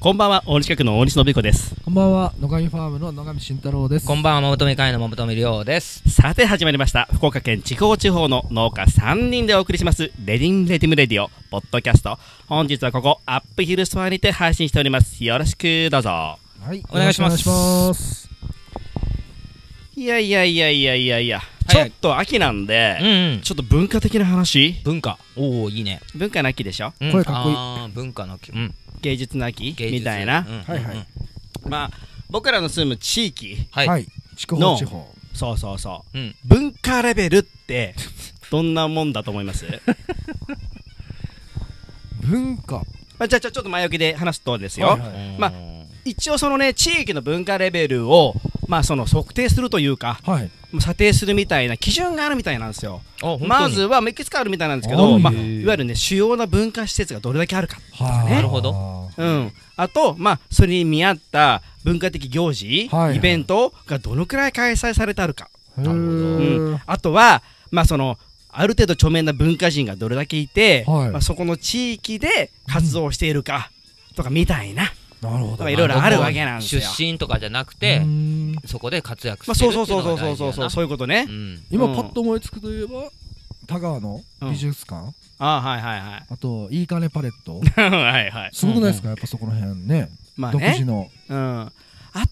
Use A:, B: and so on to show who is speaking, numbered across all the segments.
A: こんばんは、大西区の大西信彦です。
B: こんばんは、野上ファームの野上慎太郎です。
C: こんばんは、まぶとめ会のまぶとめりょうです。
A: さて始まりました、福岡県地方地方の農家3人でお送りします、レディンレディムレディオ、ポッドキャスト。本日はここ、アップヒルストアにて配信しております。よろしくどうぞ。
B: はい、
C: お願いします
B: よろくお願いします。
A: いやいやいやいやいやいや、
C: いはい
A: ちょっと秋なん
C: うん、
A: で、
C: うん。
A: ちょっと文化的な話
C: 文化。おお、いいね。
A: 文化の秋でしょ
C: うん
B: 声かっこいい
C: あー文化の秋、うん、
A: 芸術の秋
C: 芸術
A: みたいな
C: う。ん
B: はいはい
C: うん
A: まあ、僕らの住む地域、
C: はい。
B: はい、地方地方。
A: そうそうそう、
C: うん
A: 文化レベルって、どんなもんだと思います
B: 文化。
A: まあじゃあ、じゃあちょっと前置きで話すとですよ。
B: はい
C: うん
B: はい
A: まあ一応そのね地域の文化レベルをまあその測定するというか
B: はい。
A: 査定するみたいな基準があるみたいなんですよ
C: あ本当に
A: まずはまあいくつかあるみたいなんですけ
B: あ
A: ど、
B: ー
A: まあ、
B: へー
A: いわゆるね主要な文化施設がどれだけあるか、
B: は
A: ねな
C: るほど
B: は
A: うん、あとまあそれに見合った文化的行事、
B: はいはい
A: イベントがどのくらい開催されてあるか、
B: い
C: なる
A: うんあとはまあそのある程度著名な文化人がどれだけいて、
B: はい
A: まあ、そこの地域で活動しているかとかみたいな、
B: なるほ
A: ま
B: ど。
A: あいろいろあるわけなんですよ
C: 出身とかじゃなく
B: う
C: て
B: ー、ん
C: そこで活躍
A: まあ、
C: して
A: そ
C: る
A: う
C: ってい
A: そう
C: う
A: そう
C: の
A: そう
C: が
A: そうそうそ
C: 大事だな
A: うそういうことね、
C: うん。
B: 今
A: うん
B: パッと思いつくといえば、田川の美術館、
A: ああはいはいはい
B: あといいかねパレット。
A: はいはい。
B: すごくないですか、やっぱそこの辺ね。
A: まあ
B: 独自
A: ね。
B: の。
A: うん。あ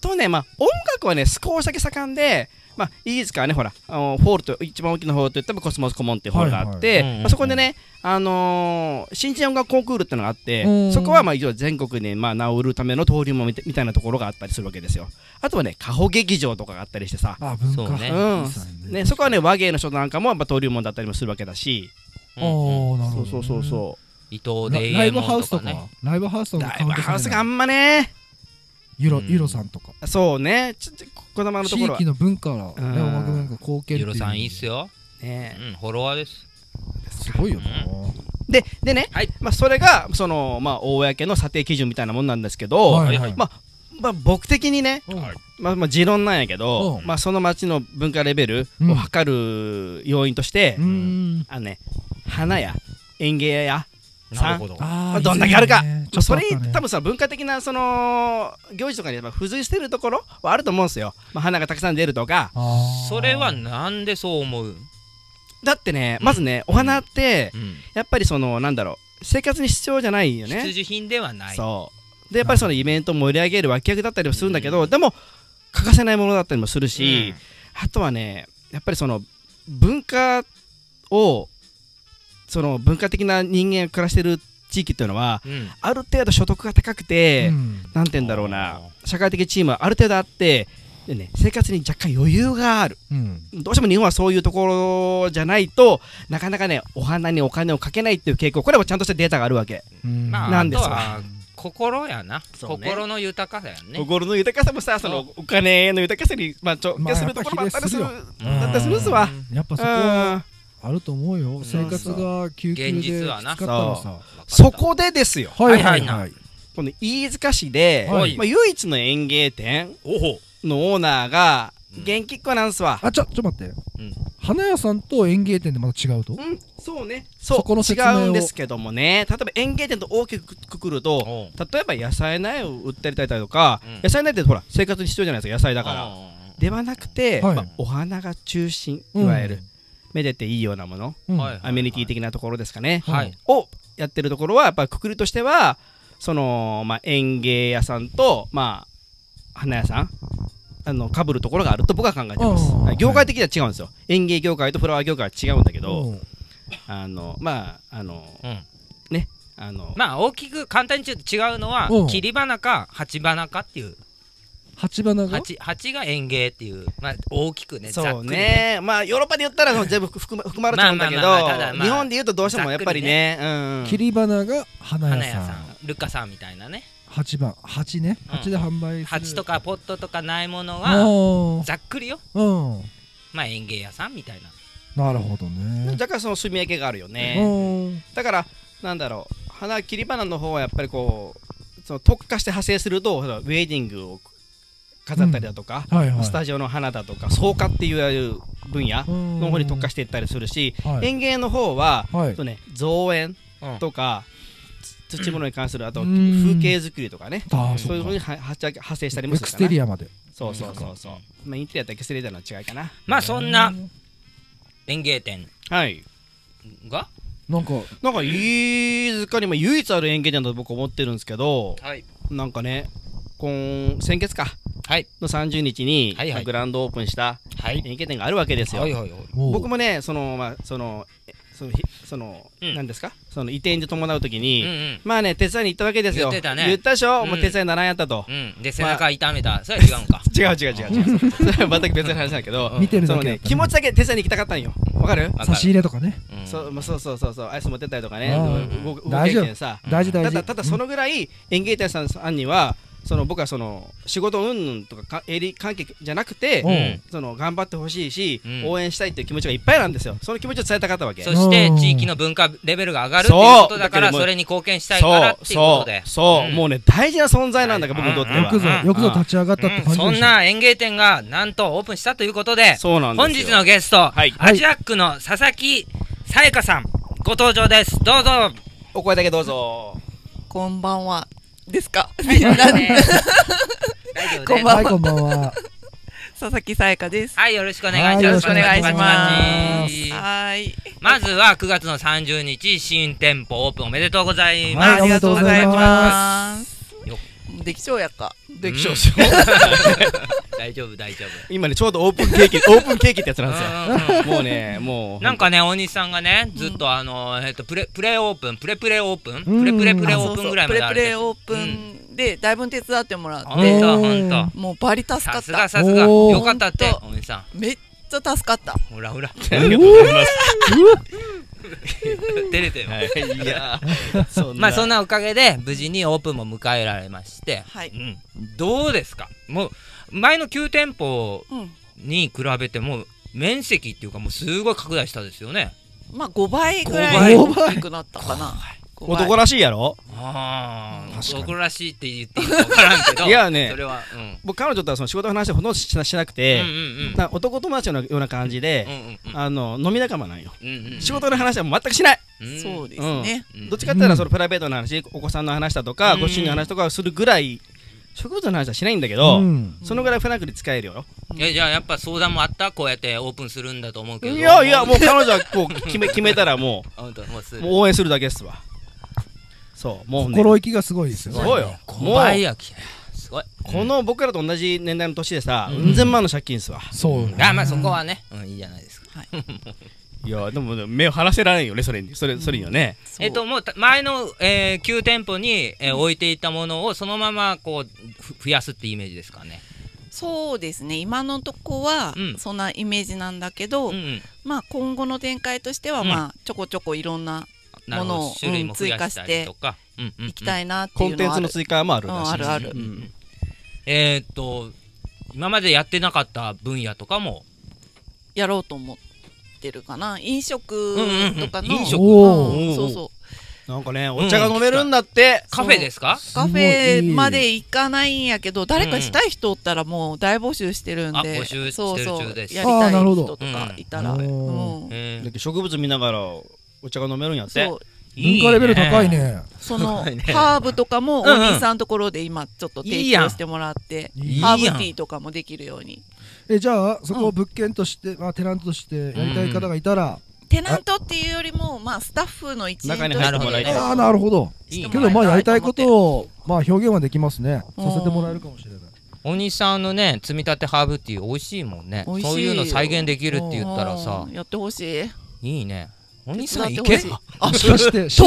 A: とね、まあ、音楽はね、少しだけ盛んで、まあ、いいですからね、ほら、あのホールと、一番大きなホールといったらコスモスコモンっていうホールがあっ
C: は
A: て、
C: いはいうんうんうん
A: まあそこでね、あのー新人音楽コンクールってのがあって
B: う、ん
A: そこはまあ、一応全国に、まあ、名を売るための登竜門みたみたいなところがあったりするわけですよ。あとはね、過保劇場とかがあったりしてさ、
B: あ、文
C: そう
B: 化。
C: ね
A: うん
B: いいっすね
A: ね、そこはね、和芸の人なんかも、まあ、登竜門だったりもするわけだし、
B: あ
C: う
B: あ、
C: んうん
B: なる
A: そう
B: ほどね。
A: そうそうそう。
C: 伊藤
B: ラ
C: で
B: ライブハウスとか
C: ね。、
B: ライブハウスとか
A: ラ
B: カ
A: イ
B: ウン
A: ブ
B: トされない。
A: ハウスがあんまね、
B: ユロ
C: うん
B: ユロさんとか。
A: そうね、ちょちょこだまのと
B: 地
A: ころは
B: 域。の文化の、ね、
A: うん
B: 音楽文化貢献って
C: ゆ
B: いう
C: ろさんいいっすよ。う
A: ね
C: ん、フォロワーです。
B: すごいよな、
A: ででね、
C: はい
A: まあ、それがその、まあ、公の査定基準みたいなもんなんですけど、
B: はいはい
A: まあまあ、僕的にね、
B: はい
A: まあまあ、持論なんやけど、
B: うん
A: まあ、その町の文化レベル
B: う
A: を
B: ん
A: 測る要因として、
B: うーん
A: あのね、花や園芸や、
C: なるほど。
B: あ
A: ま
B: ー
A: あ、どんだけあるか、
B: いいね
A: まあ、それ
B: ちょっとあったね
A: 多分さ文化的なその行事とかにまあ付随してるところはあると思うんですよ、まあ、花がたくさん出るとか
B: あー
C: それはなんでそう思う
A: だってねまずね、お花って
C: うん。
A: やっぱりそのなんだろう生活に必要じゃないよね
C: 必需品ではない。
A: そうでやっぱりそのイベントを盛り上げる脇役だったりもするんだけど、でも欠かせないものだったりもするし、あとはねやっぱりその文化をその文化的な人間が暮らしてる地域っていうのは
C: うん。うん。
A: ある程度所得が高くて、
B: うん
A: なんて言うんだろう
C: あ
A: な
C: ー
A: 社会的チームはある程度あってで、ね、生活に若干余裕がある
B: うん
A: どうしても日本はそういうところじゃないとなかなかねお花にお金をかけないっていう傾向これもちゃんとしたデータがあるわけ
B: うん
C: まあ、
A: なんです
C: あとは心やな、
A: そうね
C: 心の豊かさやね。
A: 心の豊かさもさそのお金の豊かさに、まあ、直
B: まあ
A: 結するところもあったりする
B: やっ
C: よ
A: だったりするっすわ。
B: やっぱそこは
A: うん
B: あると思うよ生活が救急で
C: 現
B: きつ
C: 実
B: か
C: は
B: った
C: な
B: らさ
A: そこでですよ
B: はいはい
C: はい
B: は
C: はい
A: この飯塚市で、
B: はい
A: まあ、唯一の園芸店
C: おほ
A: のオーナーが
C: うん
A: 元気っ子なんすわ、
B: あちょちょっと待って
C: うん
B: 花屋さんと園芸店でまた違うと
A: うんそうねそう
B: そこの説明を
A: 違うんですけどもね例えば園芸店と大きくくくると
C: おう
A: 例えば野菜苗を売ったりだとか、
C: うん
A: 野菜苗ってほら生活に必要じゃないですか野菜だから、
C: ら
A: ではなくて、
B: はい
A: まあ、お花が中心いわゆる、めでていいようなもの
B: うん
C: はい
A: アメニティ的なところですかね、
C: はい
A: をやってるところはやっぱりくくりとしてはその、まあ、園芸屋さんと、まあ、花屋さんあの被るところがあると僕は考えてます
B: うん
A: はい業界的には違うんですよ園芸業界とフラワー業界は違うんだけど
B: うん
A: あのまああの
C: うん
A: あの、
C: まあ大きく簡単に言うと違うのは
B: うん
C: 切り花か鉢花かっていう
B: 鉢花が
C: 鉢鉢が園芸っていうまあ大きくねざ
A: そ
C: っ
A: う
C: くりね
A: ねまあヨーロッパで言った らその全部含ま含まれちゃうんだけど、
C: まあまあまあまあただまあ
A: 日本で言うとどうしてもやっぱりねうん
B: 切り花が花
C: 花
B: 屋
C: 屋
B: さ
C: さ
B: ん
C: んルカさんみたいなね
B: 八番八ね
C: うん
B: 八で販売する
C: 鉢とかポットとかないものは
B: あ
C: ざっくりよ
B: あうん
C: まあ園芸屋さんみたいな
B: なるほどね
A: だからその住み分けがあるよね、
B: うん
A: だからなんだろう花切り花の方はやっぱりこうその特化して派生するとほらウェディングを飾ったりだとか、
B: はいはい
A: スタジオの花だとか草花っていうああいう分野の
B: の
A: 方に特化していったりするし、
B: はい
A: 園芸の方は、
B: はい
A: とね、造園とか、土物に関するあと
B: う
A: 風
B: ん
A: 景作りとかね
B: ああ、
A: そ
B: そう
A: いううふう
B: か
A: にははっちゃけ発生したりも
B: エ
A: す
B: ク
A: る
B: ス
A: か
B: テ
A: な
B: リアまで。
A: そうそうそうそうまあインテリアとエクステリアの違いかな
C: まあそんな園芸店
A: はい
C: が
B: なんか、
A: なんか飯塚にも唯一ある園芸店だと僕思ってるんですけど
C: はい
A: なんかね今先月か
C: はい
A: の30日に
C: はいはい
A: グランドオープンした
C: はい
A: 園芸店があるわけですよ
C: はいはいはい
A: 僕
B: も
A: もねそのまあそのえそのひその、
C: うん
A: なんですかその移転で伴う時
C: うん
A: に、
C: うん
A: まあね手伝いに行ったわけですよ
C: 言ってたね
A: 言ったでしょ、
C: うん
A: もう手伝いならんやったと、
C: うんで背中痛めたそれは違うんか
A: 違う違う違う違う それは全く別の話だけど、
B: 見てる
A: そ
B: だ
A: の
B: けだっ
A: ね
B: たね
A: 気持ちだけ手伝いに行きたかったんよわかる、
B: 差し入れとかね。
C: うん
A: そうまあそうそうそうそうアイス持ってったりとかね
B: うん
A: 動く動
B: 大
A: け
B: 丈夫
A: るけんさ
B: 大事大
A: た
B: 事。
A: だただそのぐらい園芸店さんさんにはその僕はその仕事云々とかか営利関係じゃなくて、
B: うん
C: うん
A: その頑張ってほしいし、
C: うん
A: 応援したいっていう気持ちがいっぱいなんですよその気持ちを伝えたかったわけ
C: そして地域の文化レベルが上がるっていうことだから
A: そう
C: それに貢献したいからっていうことで
A: そうそうそう、
C: うん
A: もうね大事な存在なんだから
C: うん
A: 僕にとって
B: よ
A: は、
B: くぞ
C: うん
B: よくぞ立ち上がったって感じで
C: うん
B: し
C: そ
B: た
C: んな園芸店がなんとオープンしたということで
A: そうなんですよ
C: 本日のゲスト、
A: はい
C: アジアックの佐々木さやかさんご登場ですどうぞ
A: お声だけどうぞ
D: こんばんは。ですか。
C: 大丈夫です
D: こんばん
B: はい、 こんばんは。
D: 佐々木さやかです。
C: はいよろしくお願い
B: はい
C: します
B: よろしくお願いし
D: ま。
C: ますす
D: はい。
C: まずは9月の30日新店舗オープンおめでとうございます、
B: はい
D: ありがとうございます
C: よ。
D: できそうやか。
A: で
C: うん
A: 気象しよう
C: 大丈夫大丈夫
A: 今ねちょうどオープンケーキオープンケーキってやつなんですよ
C: うんうんうん
A: もうねもう
C: なんかね大西さんがねずっとあの、えっとプレプレオープンプレプレオープン
B: うん
C: プレプレプ
D: プ
C: レオープンぐらいま
D: プ
C: で
D: レ
C: あ
D: プ
C: る
D: レオープンでだいぶ手伝ってもら
C: ほ
D: って
C: ん、
B: う
C: と
B: ん
C: ほんと
D: もうバリ助か
C: さ
D: っ
C: すが
D: た。
C: さすが
B: おー
C: よかったって
D: ほんと
C: お西さん
D: めっちゃ助かった。
C: ほらほ ら
A: ありがとうございます
C: 照れてよ、
A: はいいやそんな
C: まあそんなおかげで無事にオープンも迎えられまして、
D: はい
C: うん、どうですかもう前の9店舗
D: うん。
C: に比べてもう面積っていうかもうすごい拡大したですよね
D: まあ五倍ぐらい
B: 五倍
D: 大きくなったかな。五倍
A: 男らしいやろ
C: ああ
B: 確かに
C: 男らしいって言っていいか分からんけど
A: いやね
C: それはうん
A: 僕彼女とはその仕事の話をほとんどしなしなく
C: うん
A: て、
C: うんうん
A: な男友達のような感じ
C: うん
A: で、
C: うん
A: あの飲み仲間なんよ、
C: うんうんうん
A: 仕事の話はもう全くしない、
C: うん
D: そうですね。
C: うん
A: どっちかって言った
B: う
A: ら
B: ん
A: そのプライベートの話お子さんの話だとか、
C: うん
A: ご主人の話とかをするぐらい植物の話はしないんだけど、
B: うん。
A: そのぐらいフランクに使えるよ
C: えじゃあやっぱ相談もあったこうやってオープンするんだと思うけど
A: いやいやもう彼女は こう決め決めたらも
C: 本当もうす
A: う
C: ぐ
A: もう応援するだけっすわそうもうね
B: 心意気がすごいですよ
A: そ
B: ね。
A: うよ
C: 5倍やきすごい
A: この僕らと同じ年代の年でさ、
C: う
A: うんん、千万の借金っすわ
B: そうね。
C: あまあそこはね、うん、いいじゃないですか
A: いやでも目を離せられんよねそれにそれそれにはね、
D: そう
C: えっともうた前の、えー、旧店舗に、えー置いていたものをそのままこうふ増やすってイメージですかね
D: そうですね。今のとこは
C: うん
D: そんなイメージなんだけど
C: う、ん
D: まあ今後の展開として
C: う
D: は
C: ん
D: まあちょこちょこいろんな
C: なるほ
D: もの
C: ど
D: を
C: 種類も増やしたりとか行
D: 行きた
C: い
D: いなって
A: コ
D: い
A: ン
D: う
A: テ
D: の
A: ンツ
D: はある
A: の追加もあるらしいし、
D: うんあるある
A: うん
C: えーっと今までやってなかった分野とかも
D: やろうと思ってるかな飲食とか
C: う
D: の、
C: んうんうん飲食
B: お
D: う
A: ー
D: んそうそう
A: なんかねお茶が飲めるんだって、
C: カフェですか
B: すごい
D: カフェまで行かないんやけど誰かしたい人おったらもう大募集してるんで、
C: あ募集してる
D: そうそう
C: 中です
D: やりた
B: あー
D: い
B: なるほ
D: 人
B: ど
D: とかいたら、
B: う
D: うんん
C: え
A: だ
C: ー
A: って植物見ながらお茶が飲めるんやって
D: そう
C: いい
B: 文
C: ね
B: 化レベル高いね。
D: そ の
C: すごいね
D: ハーブとか
C: う
D: もお
C: んうん
D: 兄さんのところで今ちょっと
C: いい
D: 提
C: やん
D: 供してもらって
B: いい
D: ハーブティーとかもできるように
B: えじゃあそこを物件として、まあテナントとしてやりたい方がいたら、
D: テナントっていうよりもまあスタッフの一員と
A: 中
D: して
A: に入ってもらいたい
B: ああなるほど。
C: いいね
B: けどまあやりたいことをまあ表現はできますね。させてもらえるかもしれない。
C: お兄さんのね積み立てハーブティー美味しいもんね
D: 美味しい
C: そういうの再現できるって言ったらさ
D: うんやってほしい
C: いいねお兄さん
D: 手
C: 行け
D: 伝ってほしい
B: もしかして週
D: と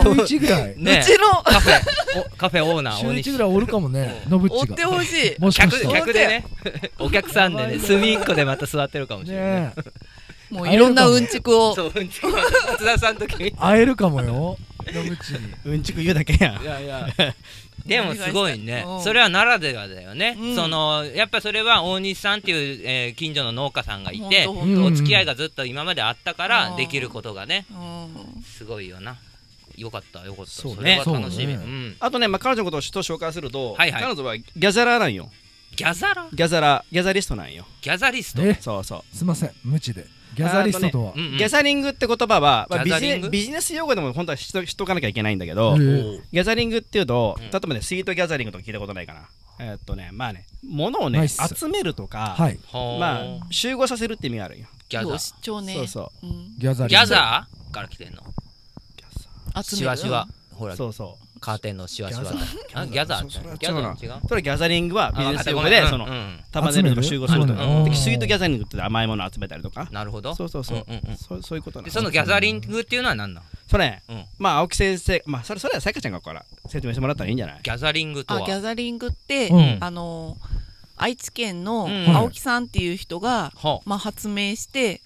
D: うとう
B: 週一ぐらい、
C: ね
D: うちの
C: カフェおカフェオーナー
B: 週
C: お
B: 一
C: 西
B: ぐらいおるかもね。のぶっ
D: 追
B: ち
D: って
B: が。
D: ほしい
B: もしか
C: 客
B: したら。
C: 客でねお客さんでね隅っこでまた座ってるかもしれない、
B: ねえ
D: もういろんなうんちくを。
C: そううんち くまた津田さんの時に
B: 会えるかもよ。野口に。
A: うんちく言うだけやん
C: いやいや でもすごいね
D: うん
C: それはならではだよね、
D: うん
C: そのやっぱそれは大西さんっていう、えー近所の農家さんがいて
D: ほんとほ
B: うん
C: お
D: と
B: ん
C: 付き合いがずっと今まであったから
D: うん
C: できることがね
D: うん
C: すごいよなよかったよかった
A: そう
C: れ
A: ね
C: は楽し
B: そ
C: み、
B: うね
C: うん
A: あとね、まあ、彼女のことを紹紹介すると、
C: はいはい
A: 彼女はギャザラーなんよ
C: ギャザラ
A: ギャザラギャザリストなんよ
C: ギャザリスト
B: え
A: そうそう
B: すいません無知で。ギャザリストとは
C: う。んうん
A: ギャザリングって言葉は、まあ、ビ
C: ギャザ
A: ジ
C: リン
A: ネ
C: グ
A: ビジネス用語でも本当は知っと知っとかなきゃいけないんだけど、
B: ええ
A: ギャザリングっていうと、
C: うん
A: 例えばねスイートギャザリングとか聞いたことないかなえーっとねまあね物を
B: な
A: ね
B: いっす
A: 集めるとか、
B: はい。
C: ほう
A: まあ集合させるって意味があるよ
C: ギャザ
D: どう
C: ー
D: しちょうね
A: そうそ
D: うん
B: ギャザリ
C: ギ
B: ング
C: ャザーから来てんの
D: 集め
C: シ
D: る
C: ワシワほら
A: そうそう
C: カーテンのシワシワだあギ
B: ギ
C: ャ
B: ャ
C: ザ
B: ザー
C: ー
B: そ
C: ギャザー違う
A: それはギャザリングはビジネス用語
C: あ
A: で
C: わかった
A: そ
C: ごめん
A: の
C: うん
A: 束ねるとか
B: 集
A: 集
B: める
A: 合すると
C: あなるほ
A: か
C: ど
A: でスイートギャザリングって甘いものを集めたりとか
C: うんなるほど
A: そうそうそう,、
C: うんうんうん
A: そうそういうことなん
C: で
A: です
C: そのギャザリングっていうのは何なの
A: それ、
C: うん
A: まあ青木先生まあそれそれはさやかちゃんがここから説明してもらったらいいんじゃない
C: ギャザリングと
D: あギ
C: は
D: ャザリングって、
B: うん
D: あの愛知県の
C: うん
D: 青木さんっていう人が、
C: ほ
D: まあ、発明して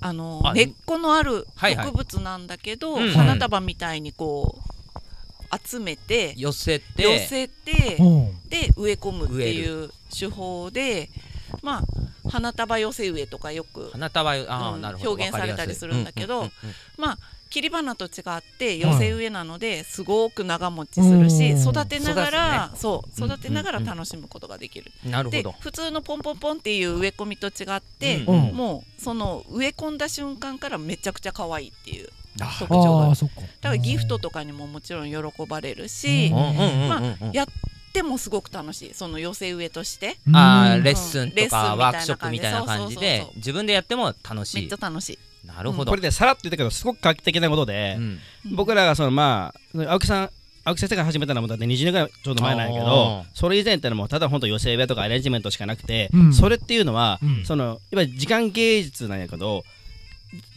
D: あの
C: あ
D: 根っこのある
C: はいはい
D: 植物なんだけど、
C: うん
D: 花束みたいにこう集めて
C: う寄せて
D: 寄せて
B: うん
D: で植え込むっていう手法でまあ花束寄せ植えとかよく
C: 花束よあー
D: うん
C: なるほど
D: 表現されたりするんだけど
C: わかりや
D: 切り花と違って寄せ植えなのですごく長持ちするし
B: うん
D: 育てながらそう
C: うん
D: 育てながら楽しむことができる。
C: すいうんうんうんなるほ
D: で
C: ど
D: 普通のポンポンポンっていう植え込みと違って
C: うん
B: うん
D: もうその植え込んだ瞬間からめちゃくちゃ可愛いっていう特徴が
B: あ
D: あ
B: あ、
D: る
B: そっか。
D: だからギフトとかにももちろん喜ばれるし
B: う
C: うんうんうん
D: まあ
C: うんうん
D: やでもすごく楽しいその寄せ植えとして
B: うん
C: あーレッスンとか
D: うん
C: ワークショップみたいな感じ
D: そう
C: で
D: そうそうそう
C: 自分でやっても楽
D: め
C: し
D: っちゃ
C: い
D: 楽しい。
C: なるほど
A: これでさらっと言ったけどすごく画期的なことで、
C: うん
A: 僕らがそのまあ青木さん青木先生が始めたのもだって20年ぐらいちょうど前なんやけ
C: あ
A: ど
C: ー
A: それ以前ってのはもうただ本当寄せ植えとかアレンジメントしかなくて、
B: うん
A: それっていうのは、
B: うん
A: そのいわゆる時間芸術なんやけど、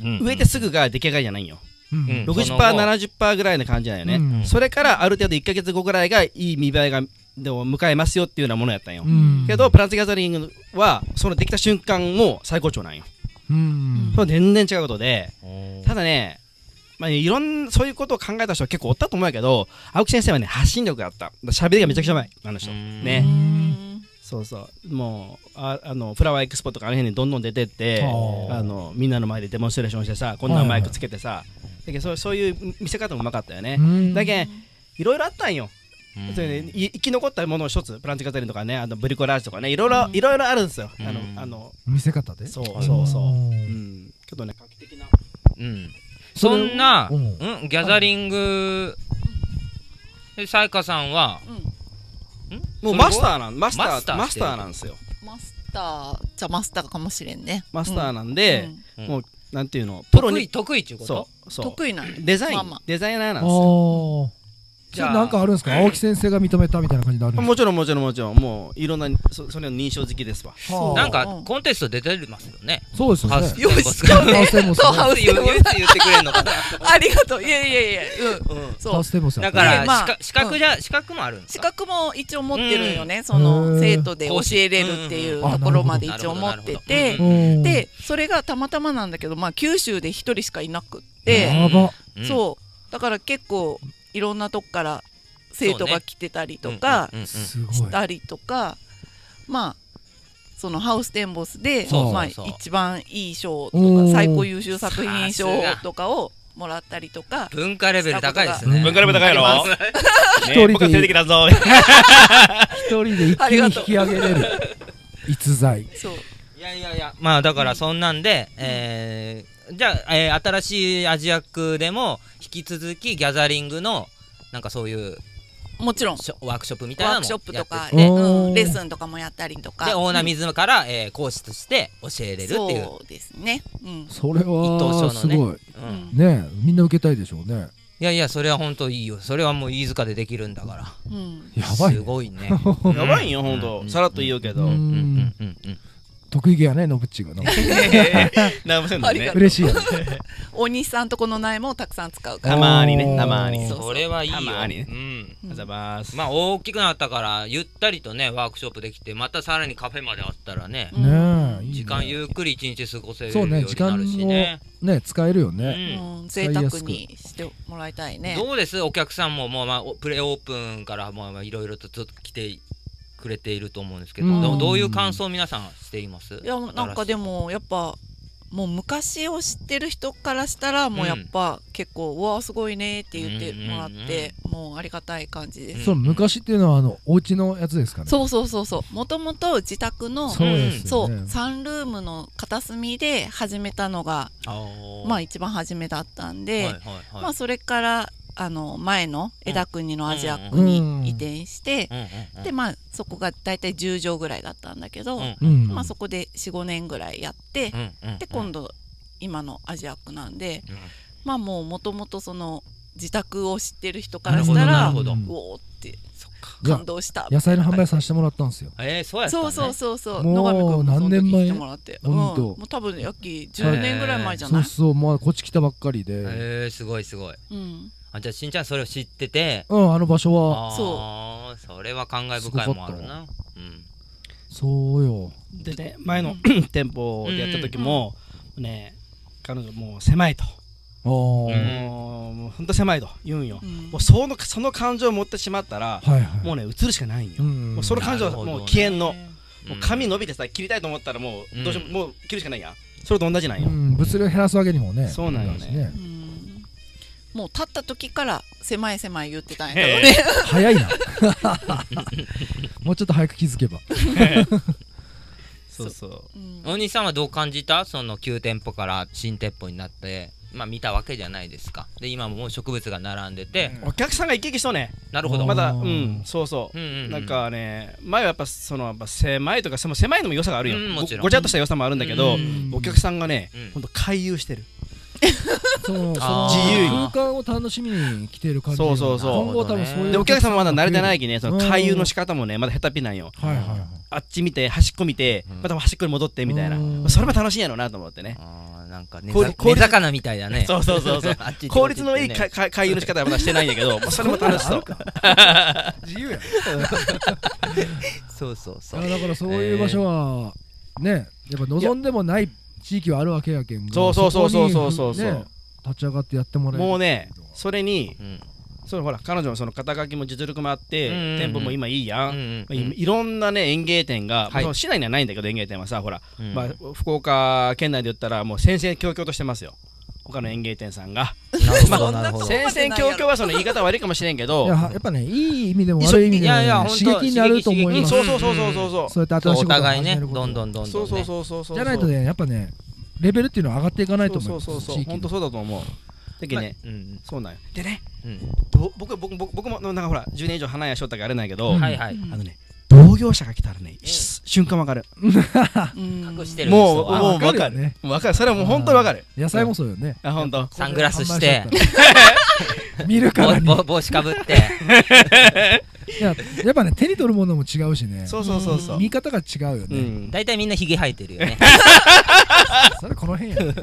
C: うん
A: 植えてすぐが出来上がりじゃないんよ、
B: うん
C: うん
A: 60%70% ぐらいの感じなんよね、
B: うん
A: それからある程度1か月後ぐらいがいい見栄えがでも迎えますよっていうようなものやったんよ、
B: うん
A: けど、プランツギャザリングはそのできた瞬間も最高潮なんよ、
B: うん
A: それは全然違うことで
C: おー
A: ただね、まあ、いろんなそういうことを考えた人は結構おったと思うんやけど青木先生はね発信力があった喋りがめちゃくちゃうまいあの人
C: うん
A: ね
D: うん
A: そうそうもうああのフラワーエクスポとかあの辺にどんどん出てって
B: あー
A: あのみんなの前でデモンストレーションしてさこんなマイクつけてさ、だけどそうそういう見せ方もうまかったよね、
B: うん
A: だけんいろいろあったんよ、
C: うん
A: それでい生き残ったものを一つプランツガザリンとかねあのブリコラージュとかねいろいろ、
D: うん
A: いろいろあるんですよ、あ
C: うん
A: のあの
B: 見せ方で。
A: そうそうそう、
B: う
A: うんん、ちょっとね画期的な
C: うんそんな
B: うん
C: うんギャザリングでさやかさんは
D: うん
A: もうマスタ
C: ー
A: ーなんマスター
C: マ
A: マ
C: ス
A: スタ
C: ター
A: ー
C: してる
A: なんですよ
D: マスターじゃマスターかもしれんね。
A: マスターなん
D: うん
A: で
D: う、ん
A: もうなんていうのプロ
C: 得意
A: に
C: 得意っていうこと
A: そうそう
D: 得意なの。
A: デザイン、
D: まあまあ
A: デザイナー
B: あ
A: なんですよ
B: ーそれなんかあるんですか青木先生が認めたみたいな感じであるんですか
A: もちろんもちろんもちろんもういろんなそそれの認証好きですわ
B: はあ
C: なんか
D: うん
C: コンテスト出てますよね
B: そうですよ
C: ハウ
B: ね
C: ス。
D: よしちょっと
B: ハウステンボスね。
D: ハウス
C: 言う言うって言ってくれるのかな
D: ありがとう。いやいやいや。うん。
B: ハ
D: そ
B: ウ
D: う
B: ス。テンボスや
C: だ
B: った
C: か
B: ね
C: ら
D: でまあ
C: 資格資格じゃ資格もあるんです
D: 資
C: か
D: 格も一応持ってるよね。そ
B: へ
D: の
B: ー
D: 生徒で教えれるっていう
B: 講師
D: ところまで
C: うんうん
D: 一応持って
C: なる
D: て
C: ほ、
B: うん
D: でそれがたまたまなんだけど、まあ九州で一人しかいなくって、
B: やば。
C: うん
D: そう。だから結構いろんなとこから生徒が来てたりとか
C: うんうんうん
B: すごい。
D: したりとか、まあ。そのハウステンボスで
C: そう
D: まあ、
C: そう
D: 一番いい賞と
B: お
D: か
B: ー
D: 最高優秀作品賞
C: さすが
D: とかをもらったりとか
C: 文化レベル高いですね
B: うん文化
A: レベル高いやろ
C: あります
B: 一人で
A: ね僕は的だぞ
B: 一人で一気に引き上げれる逸材。
D: そう
C: いやいやいやまあだからそんなんで、えーじゃあ、えー新しいアジア区でも引き続きギャザリングのなんかそういう
D: もちろん
C: ショワークショップみたい
D: ワ
C: な
D: ー
C: の
D: ク
C: も
D: シ
C: や
D: ョッ
C: っ
D: プ
C: て
D: とか
C: て
D: で、
B: おー
D: うんレッスンとかもやったりとか
C: でオーナミズムから、えー講師として教えれるっていう
D: そうですね、うん
B: それ
C: 一等
B: は
C: 賞
B: す
C: のね
B: ごい。
C: うん
D: うん
B: ねえみんな受けたいでしょうね。
C: いやいやそれは本当いいよそれはもう飯塚でできるんだから
D: うん、
B: やばい
C: す
B: ね。
C: ごいね
A: やばいんよほん
C: う
A: と
C: ん
A: さらっと言うけ
B: う
A: ど
B: ん
C: うんうんうんうん
B: 得意げやねノブっちがなんか
A: なもせんのね
B: 嬉しいよね。
D: お兄さんとこの苗もたくさん使うか
A: た
D: ら
A: まーにねたまーに
D: そう
C: それはいいよ、
A: たまにね
C: うん
D: うん
A: あざます
C: まあ大きくなったからゆったりとねワークショップできてまたさらにカフェまであったらね、
D: うん
B: ねえいいね
C: 時間ゆっくり一日過ごせるよ
B: そううね
C: になるしね
B: ねえ使えるよ
C: う
B: ね。
C: ん
D: うん、贅沢にしてもらいたいね
C: どうですお客さんももう、まあ、おプレオープンからまあまあいろいろとずっと来てくれていると思うんですけど、
B: うん
C: どうどういう感想を皆さんしています
D: いやなんかでもやっぱもう昔を知ってる人からしたらもうやっぱ結構「うわすごいね」って言ってもらって、もうありがたい感じです。
B: その昔っていうのはあのお家のやつですかね
D: そうそうそうそうもともと自宅の
B: そうです
D: そ
B: よ
D: う、
B: ね
D: サンルームの片隅で始めたのが、
C: あー
D: まあ一番初めだったんで、
C: はいはいはい
D: まあそれからあの前の枝国のアジアック
B: うんうん
D: に移転して、
C: うんうんうん
D: でまあそこが大体10畳ぐらいだったんだけど、
C: うん
B: うん
D: まあそこで45年ぐらいやって、
C: うんうん
D: で今度今のアジアックなんで、
C: うん
D: まあもうもともとその自宅を知ってる人からし
C: な
D: た
C: る
D: ら
C: ほ
D: う
C: どなるほど
D: おーってそっか
B: いや
D: 感動した
B: 野菜の販売させてもらったんですよ
C: えーそうやった
D: そ
C: ね
D: うそうそうそう
B: もう
D: 野上君もその時
B: 何年前
D: 来てもらって、うん、
B: ほんと
D: もう多分やっき10年ぐらい前じゃ
B: そ
D: な
B: う
D: い、
B: そうまあこっち来たばっかりで
C: えーすごいすごい
D: うん、
C: あじゃあしんちゃんそれを知ってて
B: うんあの場所は
C: ああそれは感慨深いもあるなうん
B: そうよ
A: でね前の店舗でやった時も、ね彼女もう狭いと、
B: あー
C: うん
A: もうもうほんと狭いと言うんよ、
D: うん
A: もうそのその感情を持ってしまったら、
B: はいはい
A: もうね映るしかないんよ、
B: うん
A: もうその感情は
C: なるほ
A: もう
C: どね
A: 消えんの、
C: うん
A: もう髪伸びてさ切りたいと思ったらも
C: うん
A: うどうしよう、もう切るしかないやんそれと同じなんよ、
B: うん物量減らすわけにもね
A: そうなんよね
B: いかし
D: うんもう立った時から狭い狭い言ってたんやけどね、
B: 早いなもうちょっと早く気づけば
A: そうそう
D: うん
C: 大西さんはどう感じたその旧店舗から新店舗になってまあ見たわけじゃないですかで今ももう植物が並んでて、
A: お客さんが生き生きしとうね
C: なるほ
B: あー
C: ど
A: まだうんそうそう、
C: うんうんうん
A: なんかね前はやっぱそのやっぱ狭いとかその狭いのも良さがあるよ、
C: うんもちろん
A: ごごちゃっとした良さもあるんだけど、
B: うん
A: お客さんがね
C: うん
A: ほんと回遊してる
B: そのその
C: あ
A: ー自由
B: 空間を楽しみに来てる感じ
A: そうそうそう
B: 今後多分そういう
A: でお客様まだ慣れてない
B: け
A: きねその回遊の仕方もねまだ下手っぴなんよ
B: どはいはいはい
A: あっち見て端っこ見て
C: うん
A: また端っこに戻ってみたい
B: うん
A: なそれも楽しいんやろうなと思ってね
C: あーなんかね
A: こう
C: ざ
A: こう
C: 根魚みたいだね
A: そうそうそうそう
C: あっち行って
A: 効率のいい
C: こっち
A: か
C: 行ってね
A: か回遊の仕方はまだしてないんだけ どまあそれも楽しそう
B: 自由や
C: そうそうそ
B: あ
C: う
B: だからそういう場所は、ねやっぱ望んでもない地域はあるわけやけんが
A: そうそうそうそうそうそう
B: こにね立ち上がってやってもらえる
A: もうねそれに
C: うん
A: そのほら彼女のその肩書きも実力もあって
C: うんうんうん
A: 店舗も今いいや
C: うん
A: ん
C: うん
A: まあいいろんなね園芸店が、
C: はい
A: その市内にはないんだけど園芸店はさほら、
C: うん
A: まあ、福岡県内で言ったらもう戦々恐々としてますよ他の園芸店さんが
C: なるほ
D: そ
C: ど
D: んな
C: なるほど
D: せ
A: 戦々恐々はその言い方悪いかもしれんけ
B: い
A: ど
B: ややっぱねいい意味でも悪い意味でもね、
C: いやいや本当
B: 刺激になると思
A: う
B: い
A: ん
B: ます
A: そうそうそうそうそうそう
B: そうやって
C: そ
B: 新
C: う
B: しいことを
C: お互い
B: 始め
C: ね
B: ること
C: どんどんどん
A: そ
C: ど
A: うんそう
C: ね
A: そうそうそう
B: じゃないとねやっぱねレベルっていうのは上がっていかないと思い
A: そ
B: ま
A: う
B: す
A: そうそう
B: 地
A: そう
B: 域の
A: 本当そうだと思うだけどね、
C: まあうん
A: そうなんよでね
C: うん
A: ど僕僕僕僕もなんかほら10年以上花屋しょったからあれなんやけど、
B: うん
C: はいはい
A: あのね同業者が来たらね、し瞬間わかる
D: うん
C: 隠してる
A: もう
C: 人は
A: もう
B: わ
A: わ
B: か
A: か
B: るよね
A: るわかるそれはもう本当にわかる
B: 野菜もそうよね
A: あ本当
C: サングラスして
B: これ販売しちゃったら見るからに
C: ぼぼ帽子かぶって
B: いややっぱね手に取るものも違うしね
A: そうそうそうそう
B: 見方が違うよ
A: う
B: ね、
A: ん
C: 大体みんなひげ生えてるよね
B: それこの辺や ね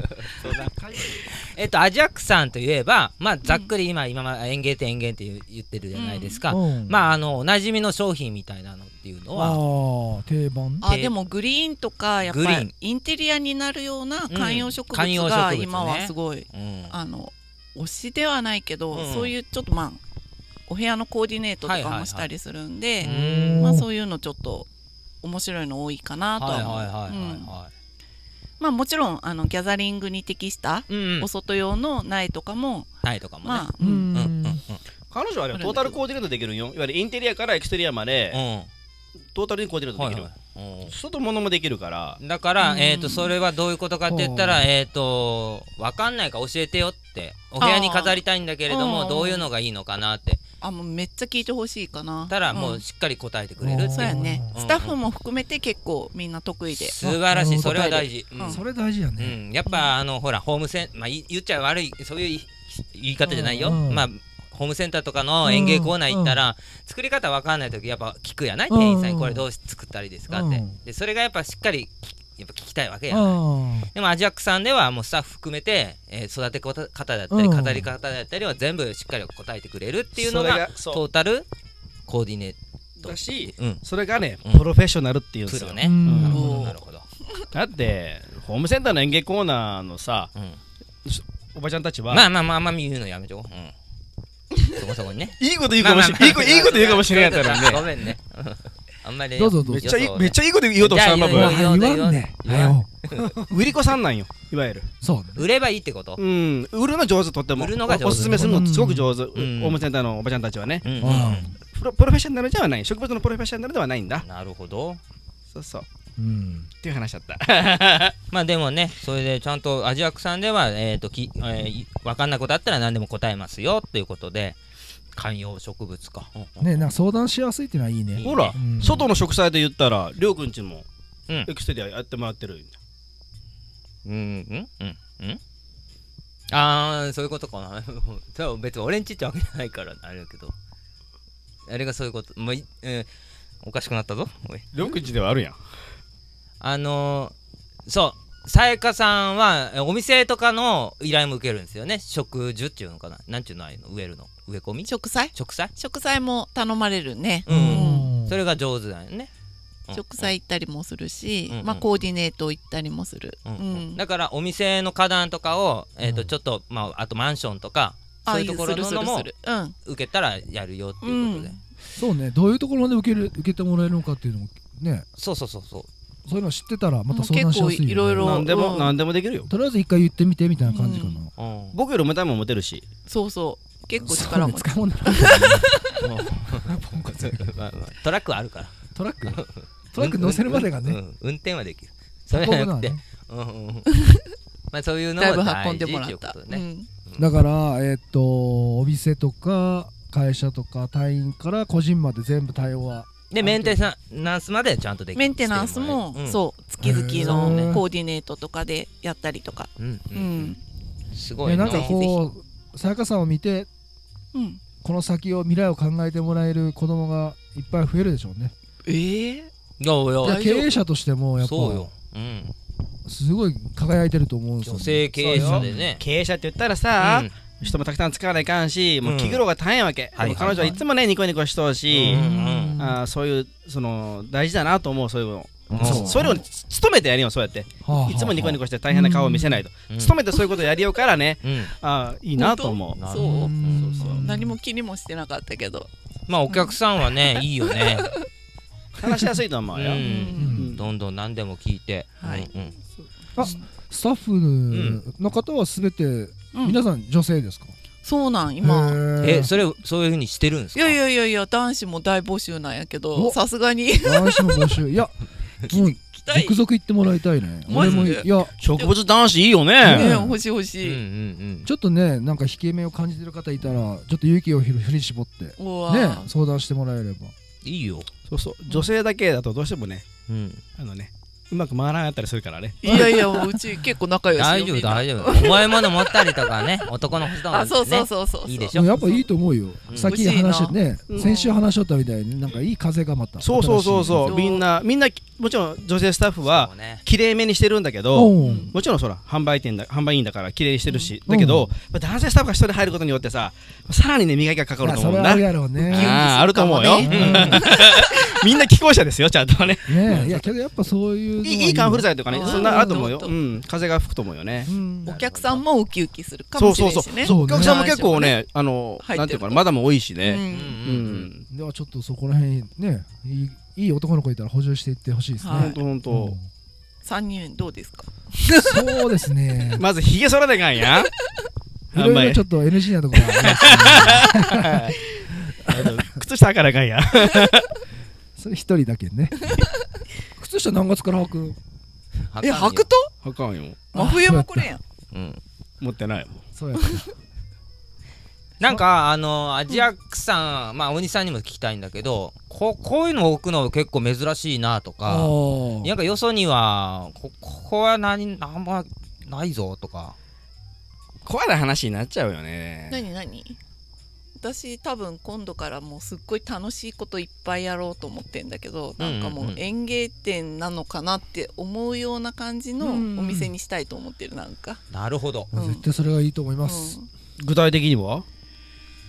C: えっと、アジアックさんといえば、まあ、ざっくり今、今まで園芸店園芸店って言ってるじゃないですか、
B: うん
C: まああのおなじみの商品みたいなのっていうのは
B: ああ定番
D: あでもグリーンとかやっ
C: グリ
D: ぱ
C: ーン
D: りインテリアになるような観葉植
C: うん観葉
D: 物
C: 植物
D: が
C: ね
D: 今はすごい、
C: うん
D: あの推しではないけど、
C: うん
D: そういうちょっとまあお部屋のコーディネートとかもしたりするんで、
C: う
B: うん
C: ん
D: まあそういうのちょっと面白いの多いかなと
C: はいはいはい
D: は
C: はい
D: 思ううん
C: は
D: まあもちろんあのギャザリングに適した
C: いうんうん
D: お外用の苗とかも、
C: ないとかもね、
D: まあ、
B: う
D: うん
B: ん
C: うんうんうん
A: 彼女はあれよトータルコーディネートできるんよいわゆるインテリアからエクステリアま
C: う
A: で
C: ん
A: トータルにコーディネート
C: は
A: で
C: い
A: きる、
C: はい
A: 外物もできるから
C: うんだから、
D: うん
C: えっ、とそれはどういうことかって言ったら、
B: ほ
C: えっ、とわかんないから教えてよってお部屋に飾りたいんだけれど
D: あ
C: も
D: ー
C: どういうのがいいのかなって
D: あもうめっちゃ聞いてほしいかな
C: たらも
D: ん
C: うしっかり答えてくれるってい
B: おー
D: そうやね
B: うん
D: スタッフも含めて結構みんな得意で
C: 素晴らしいそれは大事、うん
D: うん
B: それ大事や
C: う
B: ね、
C: ん、やっぱあのほらホームセンまあい言っちゃ悪いそういうい言い方じゃないよ、
B: うん
C: まあホームセンターとかの園芸コーナー行ったら、作り方わかんない時やっぱ聞くやない、
B: うん
C: 店員さんにこれどうし作ったらいいですかって、
B: うん
C: でそれがやっぱしっかりきやっぱ聞きたいわけや、
B: あ
C: でもアジアックさんではもうスタッフ含めて、えー育て方だった
B: う
C: り
B: ん
C: 語り方だったりは全部しっかり答えてくれるっていうの
A: それ
C: が
A: そう
C: トータルコーディネート
A: だし
C: うん
A: それがね
C: うん
A: プロフェッショナルっていうんで
C: プ
A: すよ
C: ロ
A: ね
C: ね、
B: うん
C: なるほどなるほど、
A: だってホームセンターの園芸コーナーのさ
C: うん
A: おばちゃんたちは、
C: まあまあまあまあ言うのやめとこう、うん、そこそこにね
A: いいこと言うかもしれないいいこと言うかもしれないやったら
C: ご
A: ね
C: めんね。あんまり
B: どうぞどう
C: 予
B: ぞ
A: めっ
C: 想
A: ちゃいいめっちゃいいこと言おうとし
C: じゃ
A: た
C: あ
A: な
C: う
A: 多
C: ん
B: わ
A: 分
C: 言わん
B: 言わんね
C: 言わん
B: よ
A: 売り子さんなんよいわゆる
B: そうね
C: 売ればいいってこと
A: うん売るの上手とっても
C: 売るのが上手
A: おおすすめするのすごく上手
C: ん
A: ホームセンターのおばちゃんたちはね
C: うん
A: プロプロフェッショナルじゃない植物のプロフェッショナルではないんだ
C: なるほど
A: そうそう
B: うん
A: っていう話だった
C: まあでもねそれでちゃんとアジアックさんではえっ、とき、えーいわかんないことあったら何でも答えますよということで観葉植物か、うん
B: ねなんか相談しやすいっていうのはいいね
A: ほら
B: うん
A: 外の植栽で言ったらりょうくんちも
C: うん
A: エクステリアやってもらってる
C: うんうんうんうんああそういうことか なじゃあ別に俺んちってわけじゃないからあれだけどあれがそういうこともうい、えーおかしくなったぞおい
A: りょうくんちではあるやん
C: あのーそうさやかさんはえお店とかの依頼も受けるんですよね植樹っていうのかななんていうのああいうの植えるの植え込み
D: 食材
C: 植栽
D: 食材も頼まれるね、
C: う
B: うんん
C: それが上手だよねうん
D: 食材行ったりもするし、
C: うんうん
D: まあコーディネート行ったりもする、
C: うんう
D: うん
C: んだからお店の花壇とかを、えー、
B: う
C: と
B: ん
C: ちょっと、まあ、あとマンションとか
D: あ
C: そ
D: あ
C: う
D: い
C: いうと
D: う
C: こ
D: す
C: ろ
D: る
C: の
D: す
C: の
D: る
C: も
D: するうん
C: 受けたらやるよっていうことで、
D: うん
B: そうねどういうところで受ける受けてもらえるのかっていうのもね
C: そうそうそうそう
B: そういうの知ってたらまた相談しやすいよ
D: もう結構
B: ね
D: いろいろ
A: 何で
D: う
A: も
D: ん
A: 何でもできるよ
B: とりあえず一回言ってみてみたいな感じかな
D: う
C: うん
A: 僕より重たいもん持てるし
D: そうそう結構
B: そう
D: 力
B: ね
D: も
B: 使うもんな
C: もう まあまあトラックはあるから
B: トラックトラック乗せるまでが
C: うんう
B: ね
C: ん運転はできるそれじゃなくて、うんうん うんまあそういうの
D: だい
C: は
D: ぶ
C: 大
D: 運ん
C: 事
D: で
C: って
D: もら
C: い
D: っ
C: うこ
D: た、
C: と
D: う
C: でね
D: ん、
B: だからえーっとお店とか会社とか隊員から個人まで全部対応は
C: でメンテナンスまでちゃんとでき
D: メンテナンスも、そう月々
B: へ
D: の
B: ー
D: コーディネートとかでやったりとか、
C: うん、うんう
D: うんん
C: うん、すご
B: ね
C: いな
B: なんかこうさやかさんを見て
D: うん、
B: この先を未来を考えてもらえる子供がいっぱい増えるでしょうね
D: ええ
C: どう
B: だ
C: よ
B: から
D: 大
B: 経
D: 丈夫
B: 営者としてもやっ
C: そうよ
B: ぱ、
C: うん、
B: すごい輝いてると思うんですよ、
C: 女性経営者でね
A: 経営者って言ったら
C: う
A: さ
C: ん
A: 人もたくさん使わないかんしもう気苦労が大変わけ
C: はいはいはい
A: でも彼女はいつもねニコニコしとうし
C: うん
A: あーそういうその大事だなと思うそういうの
C: うん
A: そそれを努めてやりようそうやっていつもニコニ
B: コ
A: コして大変な顔を見せないと
C: うん
A: 努めてそういうことやりようからね
C: うん
A: あーいいなと思
C: なる
D: そう
C: ほど
B: うん
C: そうそう
D: 何も気にもしてなかったけど
C: まあお客さんはねいいよね、
A: う話しやすいと思
C: う
A: うよ
C: ん、
A: うん
C: どんどん何でも聞いて、
D: はい
C: うんうん
B: スタッフの方は全て
D: うん
B: 皆さん女性ですか、
D: そうなん
B: へ
D: 今
C: え
B: ー
C: それそういうふうにしてるんです
D: い
C: か
D: やいやいやいや男子も大募集なんやけど
B: お
D: さすがに
B: 男子の募集いやもう
D: 来たい、
B: 続々行ってもらいたいね
D: マ
B: 俺
D: ジ
B: もい
D: で
B: や
A: 植物男子いいよ
D: ね、
A: ね
D: 欲しい欲し
C: うんうん
D: い、
C: うん
B: ちょっとねなんか引け目を感じてる方いたらちょっと勇気を振り絞ってね
D: うわー
B: 相談してもらえれば
C: いいよ、
A: そうそう女性だけだとどうしてもね
C: うん、
A: あのねうまく回らなかったりするからね
D: いやいやもううち結構仲良しよ
C: 大丈
D: み
C: 夫
D: んな
C: 大丈夫お前もの持ったりとかね男の人は
D: あ
C: ね
D: そうそうそうそう
C: いいでし
B: で
C: ょ
B: もやっぱいいと思うよ
C: うん
B: 先に話してね
A: 欲しいな
B: 先週話しとったみたいになんかいい風がまた
A: そうそうそうそ
D: 新
A: う
D: し
A: み
D: い
A: んなみんなもちろん女性スタッフは
C: そうね
A: 綺麗めにしてるんだけど
B: おう
D: うん
A: もちろんそら販売店だ販売員だから綺麗にしてるし、
B: うん
A: だけど、まあ男性スタッフが一人入ることによってささらにね磨きがかかる
B: まあ
A: と思
B: そ
A: うん
B: れはあ
A: だ
B: るやろう
D: ギュ
B: ね
D: ッ
A: あーあると思うよ、
D: ギ
B: ッ
D: ュ
B: ギュッギュッ
A: みんな既婚者ですよちゃんとね
B: ねえいやけどやっぱそういうのはい
A: いいいカンフル剤とかね
D: うん
A: そんなあると思うよ、
D: う
A: うんん、風が吹くと思うよね
B: うん
D: お客さんもウキウキするか
A: そ
D: も
A: う
D: し
A: そう
D: れ
A: んそう
D: しね
A: そうお客さんも結構
D: 男
A: ねあの
D: 入
A: な
D: ってると
A: んていうかなマダム多いし
D: 子も
A: ね
C: うんう
A: うん
D: ね
C: うん
A: ん
B: ではちょっとそこら辺ねいいいい男の子いたら補充していってほしいです
D: は
A: ほ
B: ね
A: んとほん
B: う
A: と
B: ん
D: 3人どうですか
B: そうですね
A: まずひげ剃らなきゃいかんや
B: い
A: あん
B: ろ
A: まり
B: いろちょっと NG なところがありますね
A: あの靴下履かなあかんや
B: それ一人だけね 靴下何月から履く
D: え履くと
A: 履かんよ
D: 真冬もこれ やん
C: うん
A: 持ってないもん
B: そうや
C: なんかあのアジアックさん、まあ鬼さんにも聞きたいんだけどここういうの置くの結構珍しいなと
B: あ
C: かなんかよそにはこここは何なんもないぞとか
A: 怖な話になっちゃうよね
D: 何何私多分今度からもうすっごい楽しいこといっぱいやろうと思ってんだけどなんか
C: うん
D: も
C: う
D: うん
C: うん
D: 園芸店なのかなって思うような感じのお
B: うん
D: 店にしたいと思ってるなんか、
C: なるほど
B: あ絶対それがいいと思い
D: うん、
B: ま
D: い
B: す、
A: 具体的には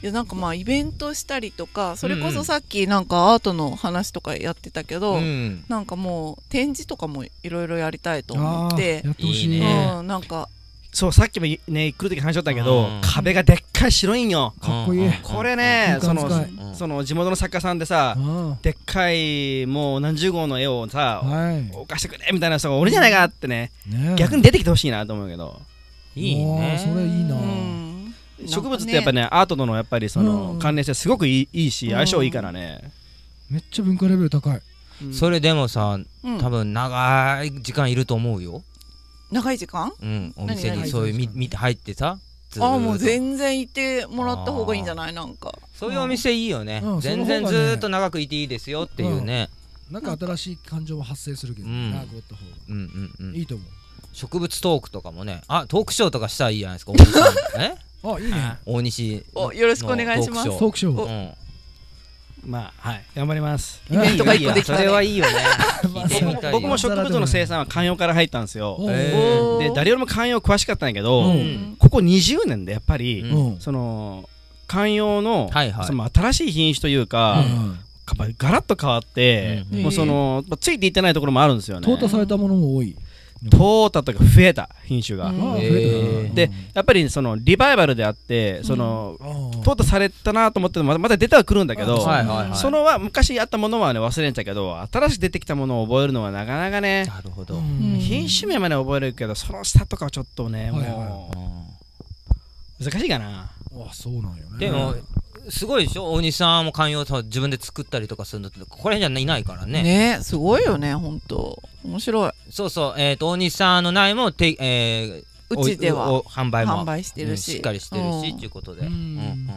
D: やなんかまあイベントしたりとかそれ
C: う
D: こ
C: んう
D: そ
C: ん
D: さっきなんかアートの話とかやってたけど、
C: ん
D: なんかもう展示とかもいろいろやりたいと思って
B: あーやってほしい
C: いいね
D: うん、なんか
A: そうさっきもね来る時話しとったけど、
C: うん
A: 壁がでっかい白いんよ
B: かっこいい
C: うん
A: これねその
B: 空間使い
C: うん
A: その地元の作家さんでさ
B: あ
A: でっかいもう何十号の絵を
B: あ
A: さ
B: はい
A: お貸してくれみたいな人が俺じゃないかってね
B: ねえ
A: 逆に出てきてほしいなと思うけど
C: いいね
B: うわーそれいいな
D: うん
A: 植物ってやっぱねアートとのやっぱりそ
B: うん
A: の関連性すごくいいいいし
B: うん
A: 相性いいからね
B: めっちゃ文化レベル高い
C: そ
A: れ
C: れでもさ
D: うん
C: 多分長い時間いると思うよ、
D: 長い時間
C: うん、お店
D: 何
C: に
D: 何
C: そういうみ見て入ってさずーっ
D: あ
C: と
D: あもう全然いてもらった方がいいんじゃないなんか
C: そういうお店いいよね、
B: うん
C: 全然ずーっと長くいていいですよっていうね、
B: なんか新しい感情も発生するけど
C: うん
B: 長くおった方が
C: うんうんうん
B: いいと思
C: 植物トークとかもねあトークショーとかしたらいいじゃないですか大西さん え
B: うあいいね
C: 大西
D: およろしくお願いします
C: の
B: ト
C: トー
B: ークショ
C: クシ
B: ー
C: ョー
A: まあはい頑張ります
B: イベン
D: トが一個
C: うん、
D: で
C: い
D: き
C: や
D: た
C: そ
D: ね
C: れはいいよ ね
B: まあ
C: 聞いてみたいよ
A: 僕も植物の生産は観葉から入ったんですよ
B: おう
C: えー
A: で誰よりも観葉詳しかったんやけ
B: う
A: ど、
B: ん
D: うん
A: ここ20年でやっぱり、
C: うん
B: うん
A: その観葉の,、
C: はいはい
A: その新しい品種というか、
B: うん
A: やっぱガラッと変わって、
C: うん
A: もうそのまあついていってないところもあるんですよね。
B: 淘汰されたものも多い
A: 淘汰とか増えた品種が、
D: うん
B: ああ
C: へえ
B: 増えたな
A: でやっぱりそのリバイバルであってその、
B: うん
A: 淘汰されたなと思ってもまたまた出てはくるんだけど、
B: うん
C: はいはいはい
A: そのは昔あったものはね忘れんちゃうけど新しく出てきたものを覚えるのはなかなかね、
C: なるほど、
B: う
C: うん
B: ん
A: 品種名まで覚えるけどその下とかはちょっとね、
B: はいはい
A: もう難しいかな。
B: あそうなんよね
C: でも、すごいでしょ大西さんも観葉さ自分で作ったりとかするのってこれじゃいないからね
D: ねすごいよね本当面白い
C: そうそう、えー、と大西さんの苗もて、えー
D: うちでは
C: おお販売も
D: 販売してる
C: うん
D: し
C: っかりしてるし
D: うん
C: っていうことで、
B: うん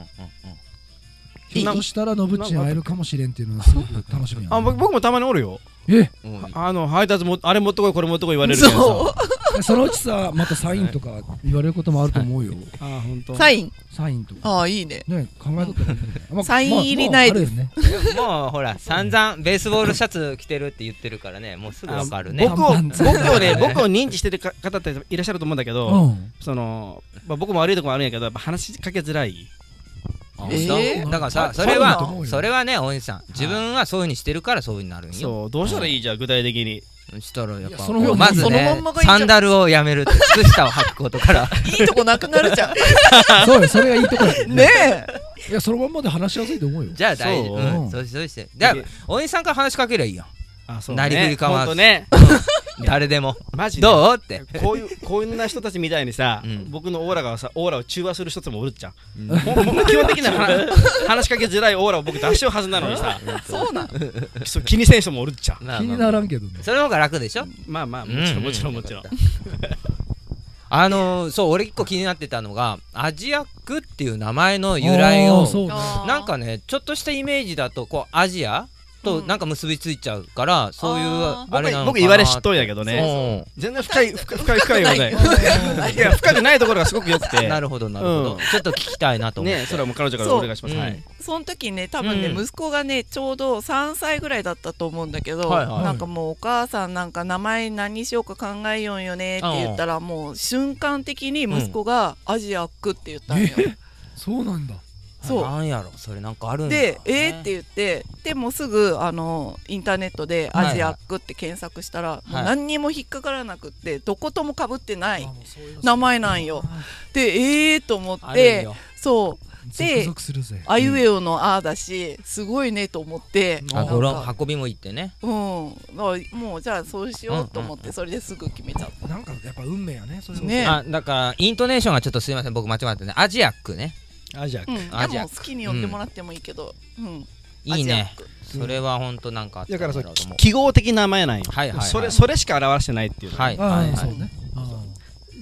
A: いい
B: ひょっとしたらのぶっちに会えるかもしれんっていうのはすごく楽しみやね
A: あ僕僕もたまにおるよ
B: え
C: うんうんうん
A: あの配達もあれ持ってこいこれ持ってこい言われるけどさ
D: そ
B: そのうちさまたサインとか言われることもあると思うよ
A: あ本当
D: うサイン
B: サインとか
D: ああいいね
B: ね考えとったらいいんだよまあ
D: サイン入りないです
B: まあまああるよね
C: うんもうほら散々ベースボールシャツ着てるって言ってるからねもうすぐわかるね
A: 僕を
B: 看板
A: 僕をね僕を認知してるか方っていらっしゃると思うんだけど、
B: うん
A: その、まあ、僕も悪いとこもあるんやけどやっぱ話しかけづらい
C: あ
D: えー
C: そうだから
B: あ
C: さそれ
B: そうだと思う
C: は
B: よ
C: それはね大西さん自分はそういうふうにしてるからそういうふうになるんよ
A: そうどうしたらいいじゃあ具体的に
C: そしたらやっ
B: いや
C: ぱ
B: その方が
C: まず
D: そのま
C: ね
D: んまがいいじゃ
C: サ
D: ん
C: ンダルをやめるって靴下を履くことから
D: いいとこなくなる じゃん
B: そうよそれがいいとこだよ
D: ねえ
B: いやそのまんまで話しやすいと思うよ
C: じゃあ大事
A: そううん
C: そうしそうしてだから大西さんから話しかけりゃいいよ
A: あそう
C: なりふり構わず
A: ほんと ね
C: 誰でも
A: マジで
C: どうって
A: こういうこんな人たちみたいにさ、
C: うん
A: 僕のオーラがさオーラを中和する人たちもおるっちゃん、
C: うん
A: ほん、ほんま基本的な 話話しかけづらいオーラを僕出しちゃうはずなのにさ
D: そうなん
A: そう気にせん人もおるっちゃん
C: まあまあ
B: 気にならんけどね
C: それの方が楽でしょ
A: まあまあもちろんもちろんもちろん、
C: あのーそう俺一個気になってたのがアジアックっていう名前の由来
B: あー
C: を
B: そうね
C: なんかねちょっとしたイメージだとこうアジアと
D: うん
C: なんか結びついちゃうから、そういう
D: あ
C: あれなのかな
A: 僕僕言われ知っとんやけどね
C: ね
A: 全然深い深い深い深いよ ね
D: ない
A: や深くないところがすごく良くて
C: なるほどなるほど、
A: うん
C: ちょっと聞きたいなと思って、
A: ねそれはもう彼女からお願いします
C: そう
A: は
C: うん
A: い
D: その時ね多分ね、
C: うん
D: 息子がねちょうど3歳ぐらいだったと思うんだけど、
C: はいはい
D: なんかもうお母さんなんか名前何にしようか考えようよねって言ったらもう瞬間的に息子が「アジアック」って言ったんよ。
B: そうなんだ
D: そう
C: なんやろそれなんかあるんだ、
D: で、えーって言ってでもすぐあのインターネットで「
C: はいはい
D: アジアック」って検索したら、もう
C: はい
D: 何にも引っかからなくってどこともかぶってな
B: あ
D: い
B: もうそういうの
D: 名前なんよ。でえーと思っ
C: あるん
D: て
C: よ
D: そう
B: ゾクゾクするぜ
D: 「あいうえお」の「あ」だしすごいねと思って。
B: うん
C: あ
D: なんか
C: ごろ運びも行ってね
D: うん、だからもうじゃあそうしようと思っ
C: うんうんう
D: てそれですぐ決めちゃっ
B: なんかやっぱ運命やねそれ
D: ねえ
C: あだからイントネーションがちょっとすいません僕間違ってねアジアックね
A: あじゃあ
D: た、うん、
C: アジ
D: で
C: アッ
D: も
C: ク
D: 好きに呼んでもらってもいいけど、うん
C: いいね
D: アジアック
C: それは本当なんかあった
A: だからそ
C: ん
A: う
C: ろうと思う
A: 記号的な名前なんよ
C: はいはいはい
A: それそれしか表してないっていうの
C: はいは
B: あ
C: い
B: あ
C: は
B: そう
C: い
B: ねあ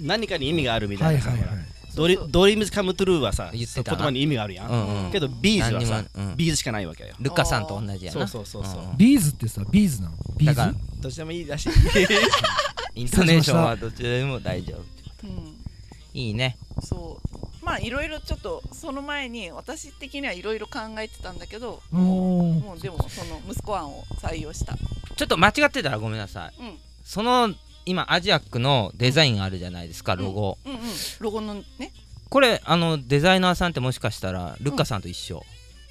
A: 何かに意味があるみ
B: あは
A: たい
B: い
A: なさ
B: はいはい
A: ほらドリドリームズカムトゥルーはさ
C: 言ってた
A: 言
C: な
A: 葉に意味があるや
C: うんんうん
A: けどビーズはさ
C: 何にもうん
A: ビーズしかないわけよ
C: ルカさんと同じや
A: そう
C: な
A: そうそうそう
C: うん
B: ビーズってさビーズなのビ
C: だか
B: ー
C: ら
B: ズ
A: どっちでもいいらしい
C: イントネーションはどっちでも大丈夫
D: うん、
C: いいね
D: そうまあいろいろちょっとその前に私的にはいろいろ考えてたんだけど
B: おー
D: もうでもその息子案を採用した、
C: ちょっと間違ってたらごめんなさい
D: うん、
C: その今アジアックのデザインあるじゃないですかロゴ、
D: うんうんロゴのね
C: これあのデザイナーさんってもしかしたらルッカさんと一緒、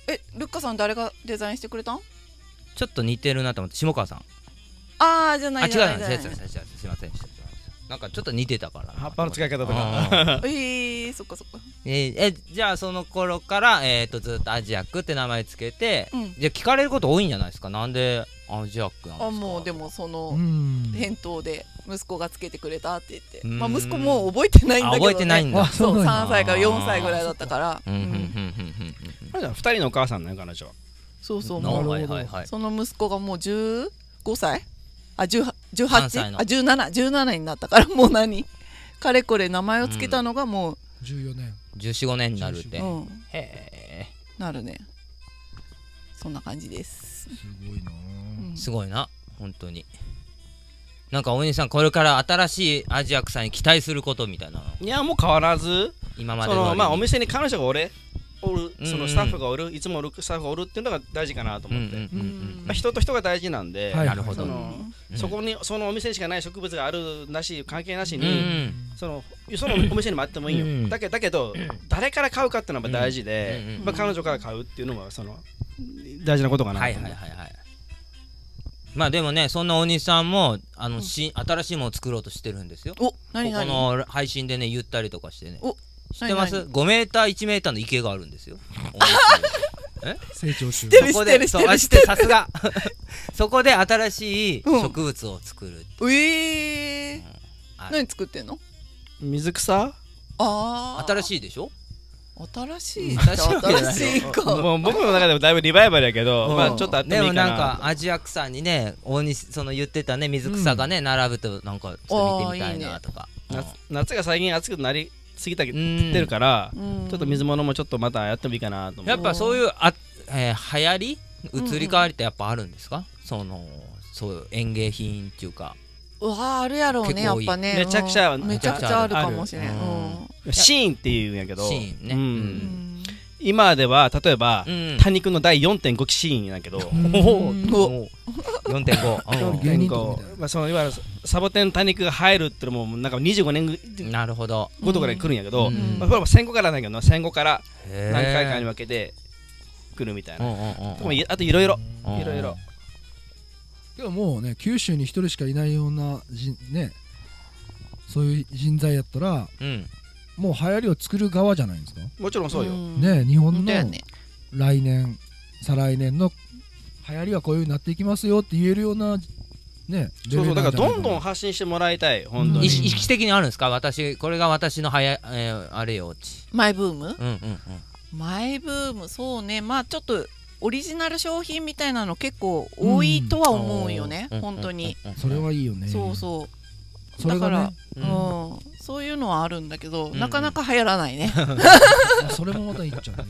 D: えルッカさん誰がデザインしてくれたん
C: ちょっと似てるなと思って下川さん
D: ああじゃ
C: あ
D: な
C: 違
D: いうじゃない
C: な
D: じゃ
C: す
D: ない
C: いませんすいませんすいませんなんかちょっと似てたからな
E: 葉っぱの使い方と
C: うん
E: か。
D: えー、そっかそっか
C: えーえじゃあその頃から、えー、とずっとアジアックって名前つけて、
D: うん
C: じゃあ聞かれること多いんじゃないですかなんでアジアックなんですか
D: あもうでもその、
B: うん
D: 返答で息子がつけてくれたって言って、
C: うん
D: まあ、息子もう覚えてないんだけど、
C: あ覚
D: ね、
C: えてないんだ
B: あ
D: そう
B: なんや
D: 3歳から4歳ぐらいだったから、
C: うんうんうんうん
D: うん
A: あれじゃん二人のお母さんなの彼女は
D: そうそううんも
B: な
D: う
B: るほど
C: はいはいはい
D: その息子がもう15歳あ18
C: 3歳の
D: あ1717になったから もう何かれこれ名前をつけたのがも
B: 14年
C: 1415年になるって、
D: う、うん
C: へ
D: なるねそんな感じです、
B: すごいな
D: うん
C: えすごいな本当になんか大西さんこれから新しいアジアックさんに期待することみたいなの
A: いやもう変わらず
C: 今まで
A: そ
C: 通り
A: の
C: に
A: まあお店に彼女がおれおる
C: うん
A: そのスタッフがおるいつもおるスタッフがおるっていうのが大事かなと
C: うんう
A: 思
C: ん
A: って、
C: うんうん
A: まあ、人と人が大事なんで、
B: はい
C: なるほ
A: そ
C: ど、
A: の
C: うん
A: そこにそのお店にしかない植物があるなし関係なし
C: う
A: に、
C: ん
A: そのそのお店にもあってもいいよ、
C: うん
A: だけだけど、誰から買うかっていうのが大事で、
C: うんうんうん
A: まあ、彼女から買うっていうのがその大事なことかなと
C: は
A: 思、
C: いうはいはいはいまあでもねそんな大西さんもあの、し新しいものを作ろうとしてるんですよ
D: お何
C: ここ
D: 何
C: の配信でね言ったりとかしてね
D: お
C: 知ってます
D: 何
C: 5メーター1メーターの池があるんですよ
B: 成長中
D: てる
C: そこで
D: 知っ
C: そう
D: て
C: あ
D: る
C: 知
D: 知
C: っ
D: ってて
C: るさ
D: る
C: すが そこで新しい
D: うん
C: 植物を作る、
D: えー、何作ってんの
A: 水草
D: あ
C: 新
D: い
C: しいでしょ
D: 新しい
C: 新しいわけじゃない
D: 新しいか
A: もう僕の中でもだいぶリバイバルやけど、
C: うん
A: まあちょっとあって
C: で
A: もいい
C: も
A: か
C: な
A: なん
C: かアジアクさんにね大西その言ってたね水草がね、並ぶとなんかちょっと見てみたいなとか
A: 夏夏が最近暑くなりすぎたけ
C: う
A: ど
C: ん
A: ってるから、
D: うん
A: ちょっと水物もちょっとまたやってもいいかなと思
C: や
A: う
C: っぱそういうあ、えー流行り移り変わりってやっぱあるんですか、そのそういう園芸品っていうか
D: うわーあるやろうね
C: 結
D: や
C: 構
D: っ
C: 多い
D: ぱね
A: めちゃくちゃ
D: うんめちゃくちゃあるかもしれん
C: ある
A: シーンっていうんやけど
C: シーンね
A: うん
D: うん
A: 今では例えば、
C: うん
A: 多肉の第4.5期シーンやけど
D: うん
C: お4.5
B: 芸人とか
A: こ
B: みたいな
A: うまあ、そのいわゆるサボテン多肉が入るってのもなんか25年ぐ
C: うんなるほど
A: ごとぐらい来るんやけど、
C: うん
A: まあ、これも戦後からなんやけどな戦後から
C: 何
A: 何回かに分けて来るみたいな、でもい
C: い
A: あといろいろ
C: うん
A: いろいろ
B: けどもうね九州に一人しかいないような人ねそういう人材やったら
C: うん
B: もう流行りを作る側じゃないですか
A: もちろんそうよ、
D: ん
B: ね日
D: 本
B: 本の
D: 当やね
B: 来年再来年の流行りはこういう風になっていきますよって言えるようなね
A: そうそうだからどんどん
B: ん
A: 発信してもらいたい本当
B: うん
C: 意
A: に、
C: 識意識的にあるんですか私これが私のはや、えーあれよち
D: マイブーム
C: うんうんうん
D: マイブームそうねまあちょっとオリジナル商品みたいなの結構多いとは思うよね
C: うん
D: 本当に
C: うんうんうん
B: それはいいよね
D: そうそう
B: それがね
C: う
D: うん
C: うん
D: んそういうのはあるんだけど
C: うん
D: なかなか流行らないね
B: あそれもまたいっちゃうね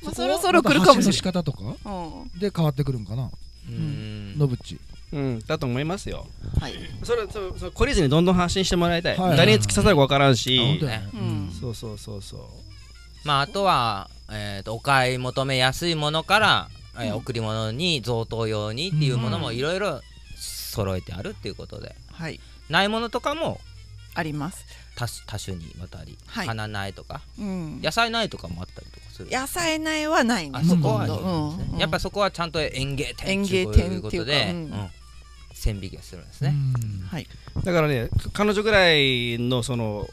D: まあ
B: こ
D: そ
B: は
D: ろそろ来る
B: ま
D: かもしれない
B: た発信の仕方とか
D: うん
B: で変わってくるんかな
C: うん
B: のぶっち
A: うん、だと思いますよ
D: はい
A: それそれそれ懲りずにどんどん発信してもらいたい、
B: はい
A: 誰に突き刺さるか分からん
C: あ本
A: し
C: 当や
B: ね
D: うん
A: そうそうそうそう
C: まああとは、えー、とお買い求めやすいものから、えー
D: うん
C: 贈り物に贈答用にっていうものも
D: うん
C: いろいろ揃えてあるっていうことで、
D: はい
C: ないものとかも
D: あります
C: 多種多種にわたり、
D: はい
C: 花苗とか
D: うん
C: 野菜苗とかもあったりとかする
D: 野菜苗はないね
C: あそこは
D: ほとんど
C: ね
D: うんうん
C: やっぱそこはちゃんと園芸店
D: 園
C: ってい
D: 芸
C: う
D: 店
C: ことで、
D: っていうかう
C: う
D: ん
C: ん線引きをするんです
B: う
C: ね。
B: ん
D: はい
A: だからねか彼女ぐらいのその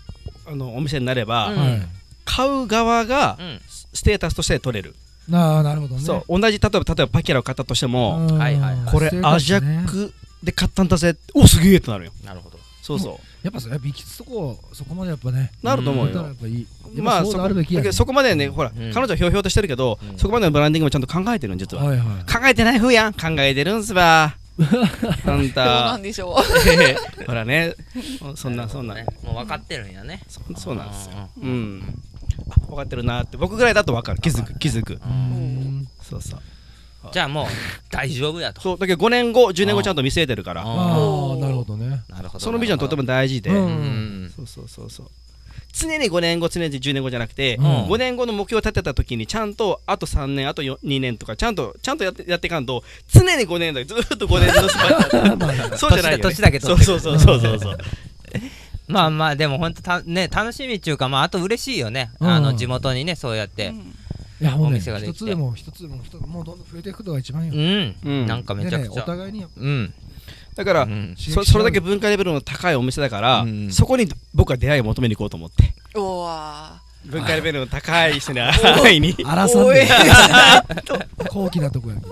A: あのお店になれば、
C: うん
B: は
A: 買う側が
C: うん
A: ステータスとして取れる、
B: いなあなるほどね
A: そう同じ例えば例えばパキラを買ったとしても、
B: うん
C: はいはいはい
A: これ
B: 生活ね
A: アジャックで買ったんだぜっておすげえってなるよ
C: なるほど。
A: そうそう、
B: やっぱそれは美きそこそこまでやっぱね
A: なると思う
B: やったらや
A: よ
B: っ、ぱいい
A: ま
B: ま
A: あ
B: あそ
A: そうこ
B: あるべきや
A: だけ
B: ね
A: どそこまでねほら、
C: うん
A: 彼女はひょうひょうとしてるけど、
C: うん
A: そこまでのブランディングもちゃんと考えてるん実は、
B: はいはい
A: 考えてない風やん考えてるんすばあん
D: そうな
A: た
D: んでしょう
A: ほらねそんなそんな
C: るほどねもう分かってるんやね。
A: そそうなんですよ
C: よ。
A: うんあ分かってるなって僕ぐらいだと分かる気づく気づく
B: うん
A: そうそう
C: じゃあもう大丈夫やと。
A: そうだけど5年後10年
C: う
A: 後
C: ん
A: ちゃんと見据えてるから
B: ああ
D: うん
B: なるほどね
C: なるほど。
A: そのビジョンとても大事で、
B: うん
C: うん
A: そうそうそうそう常に5年後常に10年後じゃなくて、
C: うん
A: 5年後の目標を立てた時にちゃんとあと3年あと4 2年とかちゃんとちゃんとやってやっていかんと常に5年だよずーっと5年のスパンだよそうじゃないよ、ね、
C: 年だけ取
A: そ
C: っ
A: う
C: て
A: そうそうそうそうそう
C: まあまあでも本当たね楽しみっていうかまああと嬉しいよね、
B: うん
C: あの地元にねそうやって
B: いやもう
C: お
B: ね
C: 店ができ
B: 一
C: て
B: つでも一つでも二つでももうどんどん増えていくことが一番いい
C: うん
B: よ、
A: うん
C: なんかめちゃく
B: で
C: ち
B: ねお
C: ゃ、
B: 互いにやっぱ
C: うん
A: だから、
C: うん
A: そそれだけ文化レベルの高いお店だから、
C: うん
A: そこに僕は出会いを求めに行こうと思って
D: おわ
A: 文化レベルの高い人に会いに
B: 荒さん で
D: 応援し
B: 高貴なとこやけど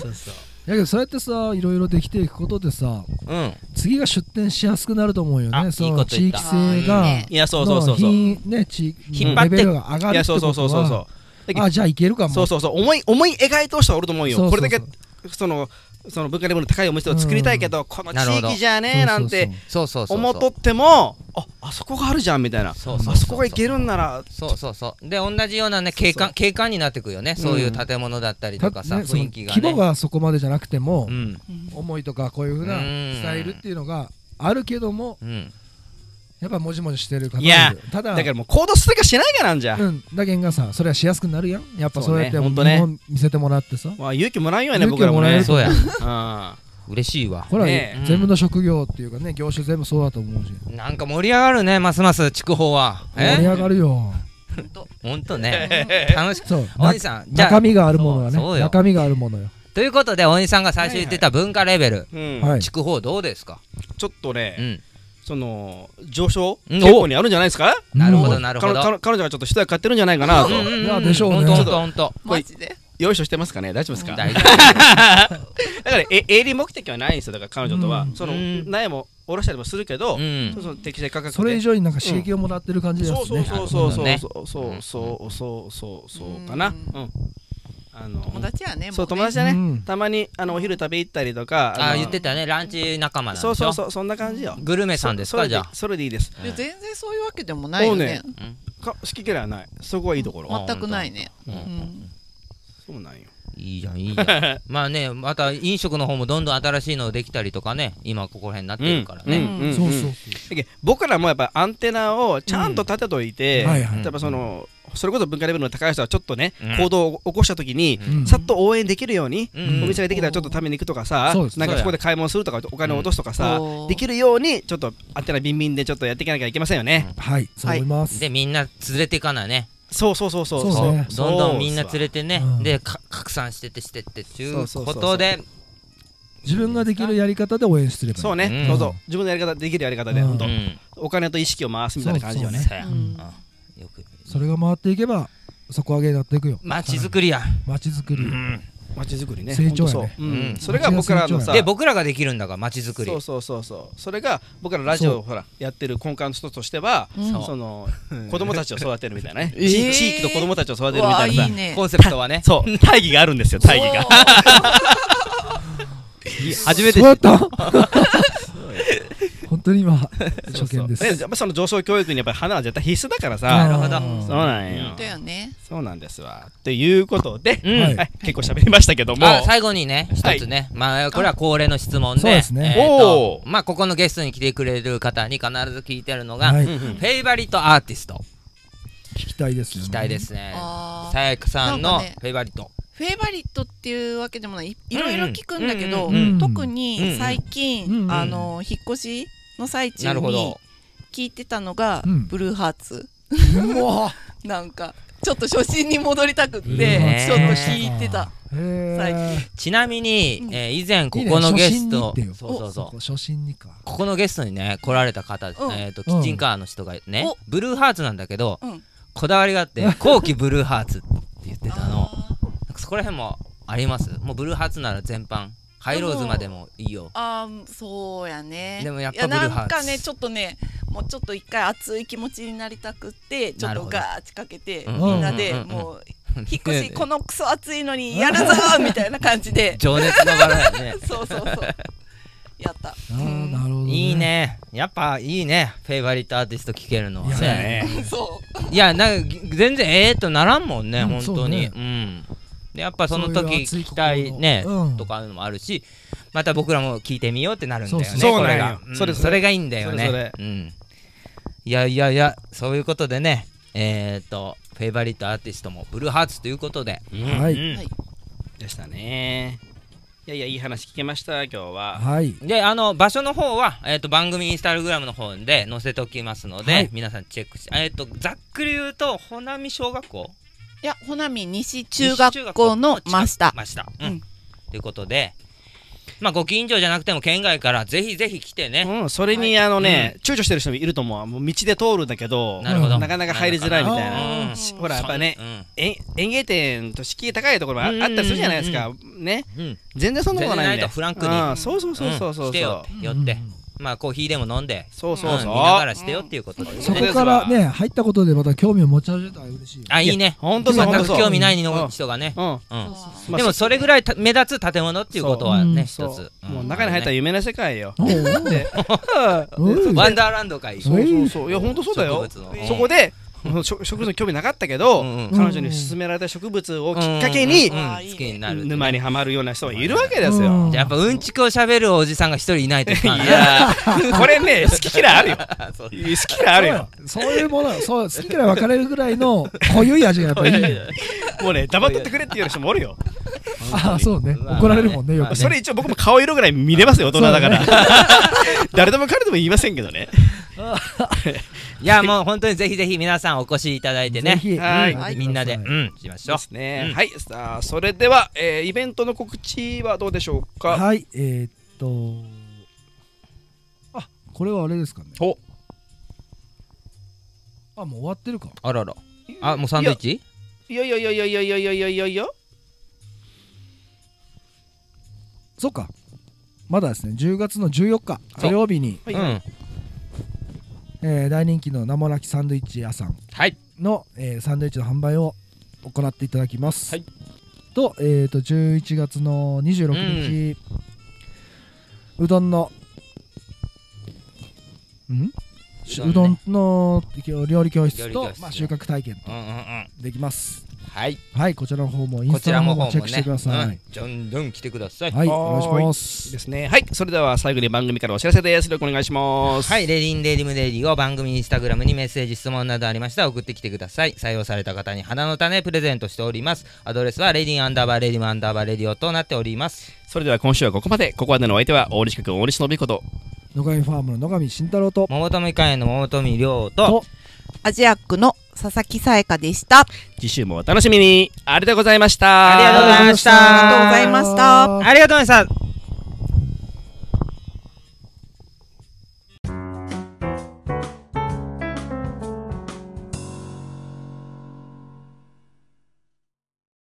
B: そうそうやけどそうやってさいろいろできていくことでさ
C: うん
B: 次が出店しやすくなると思うよ
C: あ
B: ねそ
C: いいこ
B: の
C: と
B: 地
C: 言った
B: 域性が
D: あーいいね
A: いやそうそうそうそうい
B: の品ね地
C: 引っ張っ
B: レ
C: て
B: ベルが上がる
A: や
B: って
A: そう
B: こと
A: そう
B: は
A: そうそうそうだ
B: あじゃあいけるかも
A: そうそうそう思い思い描い通してはおると思うよ
B: そうそうそう
A: これだけそのその文化レベルの高いお店を作りたいけど、この地
C: なるほど
A: 域じゃねえなんて
C: そうそうそうそう
A: 思っとってもああそこがあるじゃんみたいな
C: そうそうそう
A: あそこがいけるんなら
C: そうそうそうで同じようなね景観景観になってくよねそういう建物だったりとかさ、
B: ねその
C: 雰囲気がね
B: 規模がそこまでじゃなくても
C: うん
D: ー
B: 思いとかこういうふうな
C: うん
B: スタイルっていうのがあるけども
C: うん
B: やっぱもじもじしてる方も
A: いや
B: るただ
A: だからもう行動するかしないかなんじゃ、
B: うん、だけんがさそれはしやすくなるやんやっぱそうやって
A: そうね
B: も
A: ほ
B: うん
A: とね
B: 日本見せてもらってさ
A: まあ勇気もらうよね
B: 勇
A: 僕
B: 気
A: ら
B: を
A: も
B: もらえ
A: ね
B: ると
C: そうや
A: うん
C: 嬉しいわ
B: ほら、
A: ね
C: え
B: 全部の職業っていうかね業種全部そうだと思うし
C: なんか盛り上がるねますます筑豊は
B: 盛り
C: え
B: 上がるよ
C: ほんとね 楽しく
B: そう
C: お
B: な
C: じさんじゃ
B: 中
C: あ
B: 身があるものは
C: そうそう
B: ね
C: よ
B: 中身があるものよ
C: ということでおじさんが最初言ってた文化レベル
A: うん
B: はい
C: 筑豊どうですか
A: ちょっとね、
C: うん
A: その上昇
C: うん
A: 傾向にあるんじゃないですか
C: なるほ
B: う
C: ど
B: ん
C: なるほ
A: 彼
C: ど
A: 彼彼女がちょっと一役買ってるんじゃないかなと、
C: うんうん
B: いやでしょうね
C: ほんとほんとほんと
D: マジで
A: 用意書してますかね大丈夫ですか、だ
C: 大丈
A: からえ営利目的はないんですよだから彼女とは、
B: うん
A: その
C: うん
A: 苗も下ろしたりもするけど、
C: 夫う
A: そうんそう適正価格で
B: それ以上になんか刺激をもらってる感じですね、
A: そうそうそうそう
C: なる
A: そうそうそうそうそうそうかな
D: う
A: うんあの
D: 友達やね
A: そう
D: も
A: 友達だ
B: う
A: ね
B: ん、
A: たまにあのお昼食べ行ったりとか
C: あ
A: の
C: 言ってたねランチ仲間なんでし
A: そ
C: ょ
A: うそうそうそんな感じよ
C: グルメさんです
A: そ
C: か
A: れ
C: じゃあ
A: それでいいです
D: いや全然そういうわけでもないよね
A: か好き嫌いはないそこはいいところ
C: あ
D: 全くないね
C: うん
D: うん
A: そうなんよ
C: いいじゃんいいじゃ んまあねまた飲食の方もどんどん新しいのできたりとかね今ここら辺になってるからね、
A: うんうん
B: そうそうそう
A: だけど僕らもやっぱアンテナをちゃんと立てといて、
B: はいはい
A: 例えばそのそれこそ文化レベルの高い人はちょっとね、
C: うん
A: 行動を起こした時に、
B: うん
A: さっと応援できるように、
C: うん
A: お店ができたらちょっと食べに行くとかさ、
B: そうです
A: なんか
C: そうや
A: そこで買い物するとかお金を落とすとかさ、
D: うん
A: できるようにちょっとアンテナビンビンでちょっとやっていかなきゃいけませんよね、
B: はいそう思います、
C: でみんな連れていかないね
A: そうそうそうそう
B: そうね
C: どんどんみんな連れてね、
B: うん
C: でか拡散してってしてってっていう
A: そうそうそ
C: こ
A: う
C: とで
B: 自分ができるやり方で応援すればいい
A: そうね、
C: うん
A: どうぞ自分のやり方できるやり方で、
B: うん
A: ほんと
C: う
B: そ
C: ん
A: お金と意識を回すみたいな感じよね
B: そう
C: そや、
D: うん
C: うんよく
B: それが回っていけば底上げになっていくよ
C: 街づくりや、
B: 街づくり、
A: 街づくりね
B: 成長やね
A: ほんとそう、うん
C: うん
A: それが僕らのさ
C: で僕らができるんだから街づくり
A: そうそうそうそうそれが僕らラジオをほらやってる根幹の一つとしては、
D: うん
A: その子供たちを育てるみたいなね、
D: えー
A: 地地域と子供たちを育てるみ
D: うわ
A: たいなさ
D: いいね
C: コンセプトはね
A: そう大義があるんですよ大義が初めて
B: そうやった本当に今初見です
A: そうねやっぱその上昇教育にやっぱり花は絶対必須だから
B: な
A: さ
B: るほ
C: ど
A: そう
B: は
A: なんよ、
D: だよね
A: そうなんですわっていうことで、
C: うん
B: い、
A: はい、結構喋りましたけども
C: あ最後にね一
A: はい
C: つね、まあこれは恒例の質問で
B: そうですね
C: えーと
A: おー
C: まあここのゲストに来てくれる方に必ず聞いてるのが、
B: は
A: う
B: い、
A: んうん
C: フェイバリットアーティスト
B: 聞きたいです
C: 聞
B: よね
C: きたいですね
D: あー
C: さやかさん
D: な
C: の
D: んか
C: フェ
D: ね
C: イバリット
D: フェイバリットっていうわけでもないいいろいろ聞くんだけど
C: うんうん
B: うんうん
D: 特
C: うんう
D: に
C: ん
D: 最
B: うんう
D: 近
B: ん
D: あの引っ越しの最中
C: なるほ
D: に
C: ど
D: 聞いてたのが
B: うん
D: ブルーハーツ
B: うわ
D: なんかちょっと初心に戻りたくってちょっと
C: ね
D: 聞いてた最
B: へえ
C: ちなみに、
D: うん
C: えー以前こ
B: いいね
C: このゲス
B: 初心に行
C: ト
B: ってよ
C: そうそうそう
B: こ初心にか
C: ここのゲストにね来られた方、
D: うん
C: えー、とキッチンカーの人がね、
D: お
C: ブルーハーツなんだけど
D: うん
C: こだわりがあ って「後期ブルーハーツ」って言ってたの
D: あー
C: なんかそこら辺もありますもうブルーハーツなら全般ハイローズまでもいいよ
D: あーそうやね
C: でもやっぱ
D: い
C: ブルーハーツ
D: なんかねちょっとねもうちょっと一回熱い気持ちになりたくってちょ
C: な
D: っ
C: る
D: と
C: ほど
D: ガーッかけて
C: うん
D: みんな
C: う
D: で
C: んうんうん
D: もう引っ越
C: ね
D: しこのクソ暑いのにやるぞーみたいな感じ で
C: 情熱のバラや ね
D: そうそうそうやった
B: あーなるほど、ね、
C: いいねやっぱいいねフェイバリットアーティスト聴けるのは
B: や
A: そうや
C: ね
A: ね
D: うんそう
C: いやなんかぎ全然ええとならんもんね、
B: うん
C: 本当に、
B: そう
C: んでやっぱその時
B: そういう熱い
C: 聞きたいね、
B: 心のうん
C: とかいうのもあるしまた僕らも聞いてみようってなるんだよね
B: そう
A: そう
C: これ
A: そうなん
C: が
A: よ、
C: うん
A: それそれ
C: それがいいんだよね
A: それ
C: うん、いやいやいやそういうことでねえっ、とフェイバリットアーティストもブルーハーツということで、
B: はい
C: うん
D: はい
A: でしたねいやいやいい話聞けました今日は
B: はい
C: であの場所の方は、えー、と番組インスタグラムの方で載せておきますので、
B: はい
C: 皆さんチェックして、えー、とざっくり言うと穂波小学校
D: いや穂波西中学校の真下
C: 真下、う
D: うんん
C: ということでまあご近所じゃなくても県外からぜひぜひ来てね、
A: うん、それにあのね、躊躇してる人もいると思うもう道で通るんだけど
C: なるほど
A: かなか入りづらいみたい
C: なるほ
A: な
C: ど
A: しほらやっぱね
C: ね
A: え園芸店と敷居高いところがあったりするじゃないですか、ね
C: うん
A: 全然そんなことないんで
C: 全然ないとフランクに
A: うんそうそうそうそうそううん
C: してよ
B: うん
C: 寄ってまあコーヒーでも飲んで
A: そうそうそう、
C: ん見ながらしてよっていうことで
A: そ
B: そ
A: う
C: ね
A: です
B: こ
A: わ
B: からね入ったことでまた興味を持ち始めたら嬉しいよ
C: あいいね
A: 本当そう
C: 全
A: 本当
C: く
A: そう
C: 興味ないの人がね
A: うんま
C: うん
A: あ
C: でもそれぐらいた目立つ建物っていうことはね
A: そ
C: 一
A: う
C: つん
A: もう中に入ったら夢の世界よ、
B: おうおう
A: で
B: おう
C: ワンダーランドかいい
A: そうそうそういや本当そうだよ
C: 植物の
A: そこでうん植植物の興味なかったけど、
C: うんうん
A: 彼女に勧められた植物をきっかけに
C: うんうんうん好きになる
A: 沼にはまるような人がいるわけです
B: う
A: よ
B: ん。
C: やっぱうんちくをしゃべるおじさんが一人いないとい
A: い
C: かん
A: やーこれね好き嫌いあるよ。
C: そ
A: 好
C: う
A: き嫌いあるよ。
B: そういうものよそう好き嫌い分かれるぐらいの濃ゆい味がやっぱいいよ
A: もうね黙っとってくれっていう人もおるよ。
B: ああそうね
C: まあ
B: 怒られるもんねよ
C: まあ
B: く
C: ね
A: それ一応僕も顔色ぐらい見れますよ大人だから。 誰でも彼でも言いませんけどね。
C: いやもう本当にぜひぜひ皆さんお越しいただいてね
A: はい
B: うん
C: みんなでう
B: はい
C: んしましょ
A: で
C: う
A: すね
C: う。ん
A: はいさあそれではえーイベントの告知はどうでしょうか。
B: はいえーっとあこれはあれですかね
A: お
B: あもう終わってるか
C: あららあもうサンドイッチ
A: いやいやいやいやいやいやいやいやいやいや。
B: そっかまだですね10月の14日土曜日に、
A: はい
C: うん
B: えー大人気の名もなきサンドイッチ屋さん
C: はい
B: の、えーサンドイッチの販売を行っていただきます、
A: はい
B: と,、えー、と11月の26日、うどんのんしう
C: うど
B: ど
C: ん
B: ん
C: ね
B: の料理教室
C: 料理
B: と
C: 教室
B: まあ、収穫体験
C: うんうんうん
B: できます
C: はい
B: はいこちらの方もイン
C: こ
B: ス
C: ち
B: タ
C: ら
B: の
C: も
B: 方も
C: 方も
B: チェックしてください、
C: ねうんどんどん来てください
B: はい、
A: はい
B: お願いします
A: ですね。はい、それでは最後に番組からお知らせです。よろしくお願いします。
C: はい、レディンレディムレディを番組インスタグラムにメッセージ、質問などありましたら送ってきてください。採用された方に花の種プレゼントしております。アドレスはレディンアンダーバーレディムアンダーバーレディオとなっております。
A: それでは今週はここまで。ここまでのお相手は大西君、大西信彦と。
B: 野上ファームの野上慎太郎と
C: 桃富会員の桃富亮と、
D: アジアックの佐々木さやかでした。
A: 次週もお楽しみに。ありがとうございました。
C: ありがとうございました。
D: ありがとうございました
C: ありがとうございました。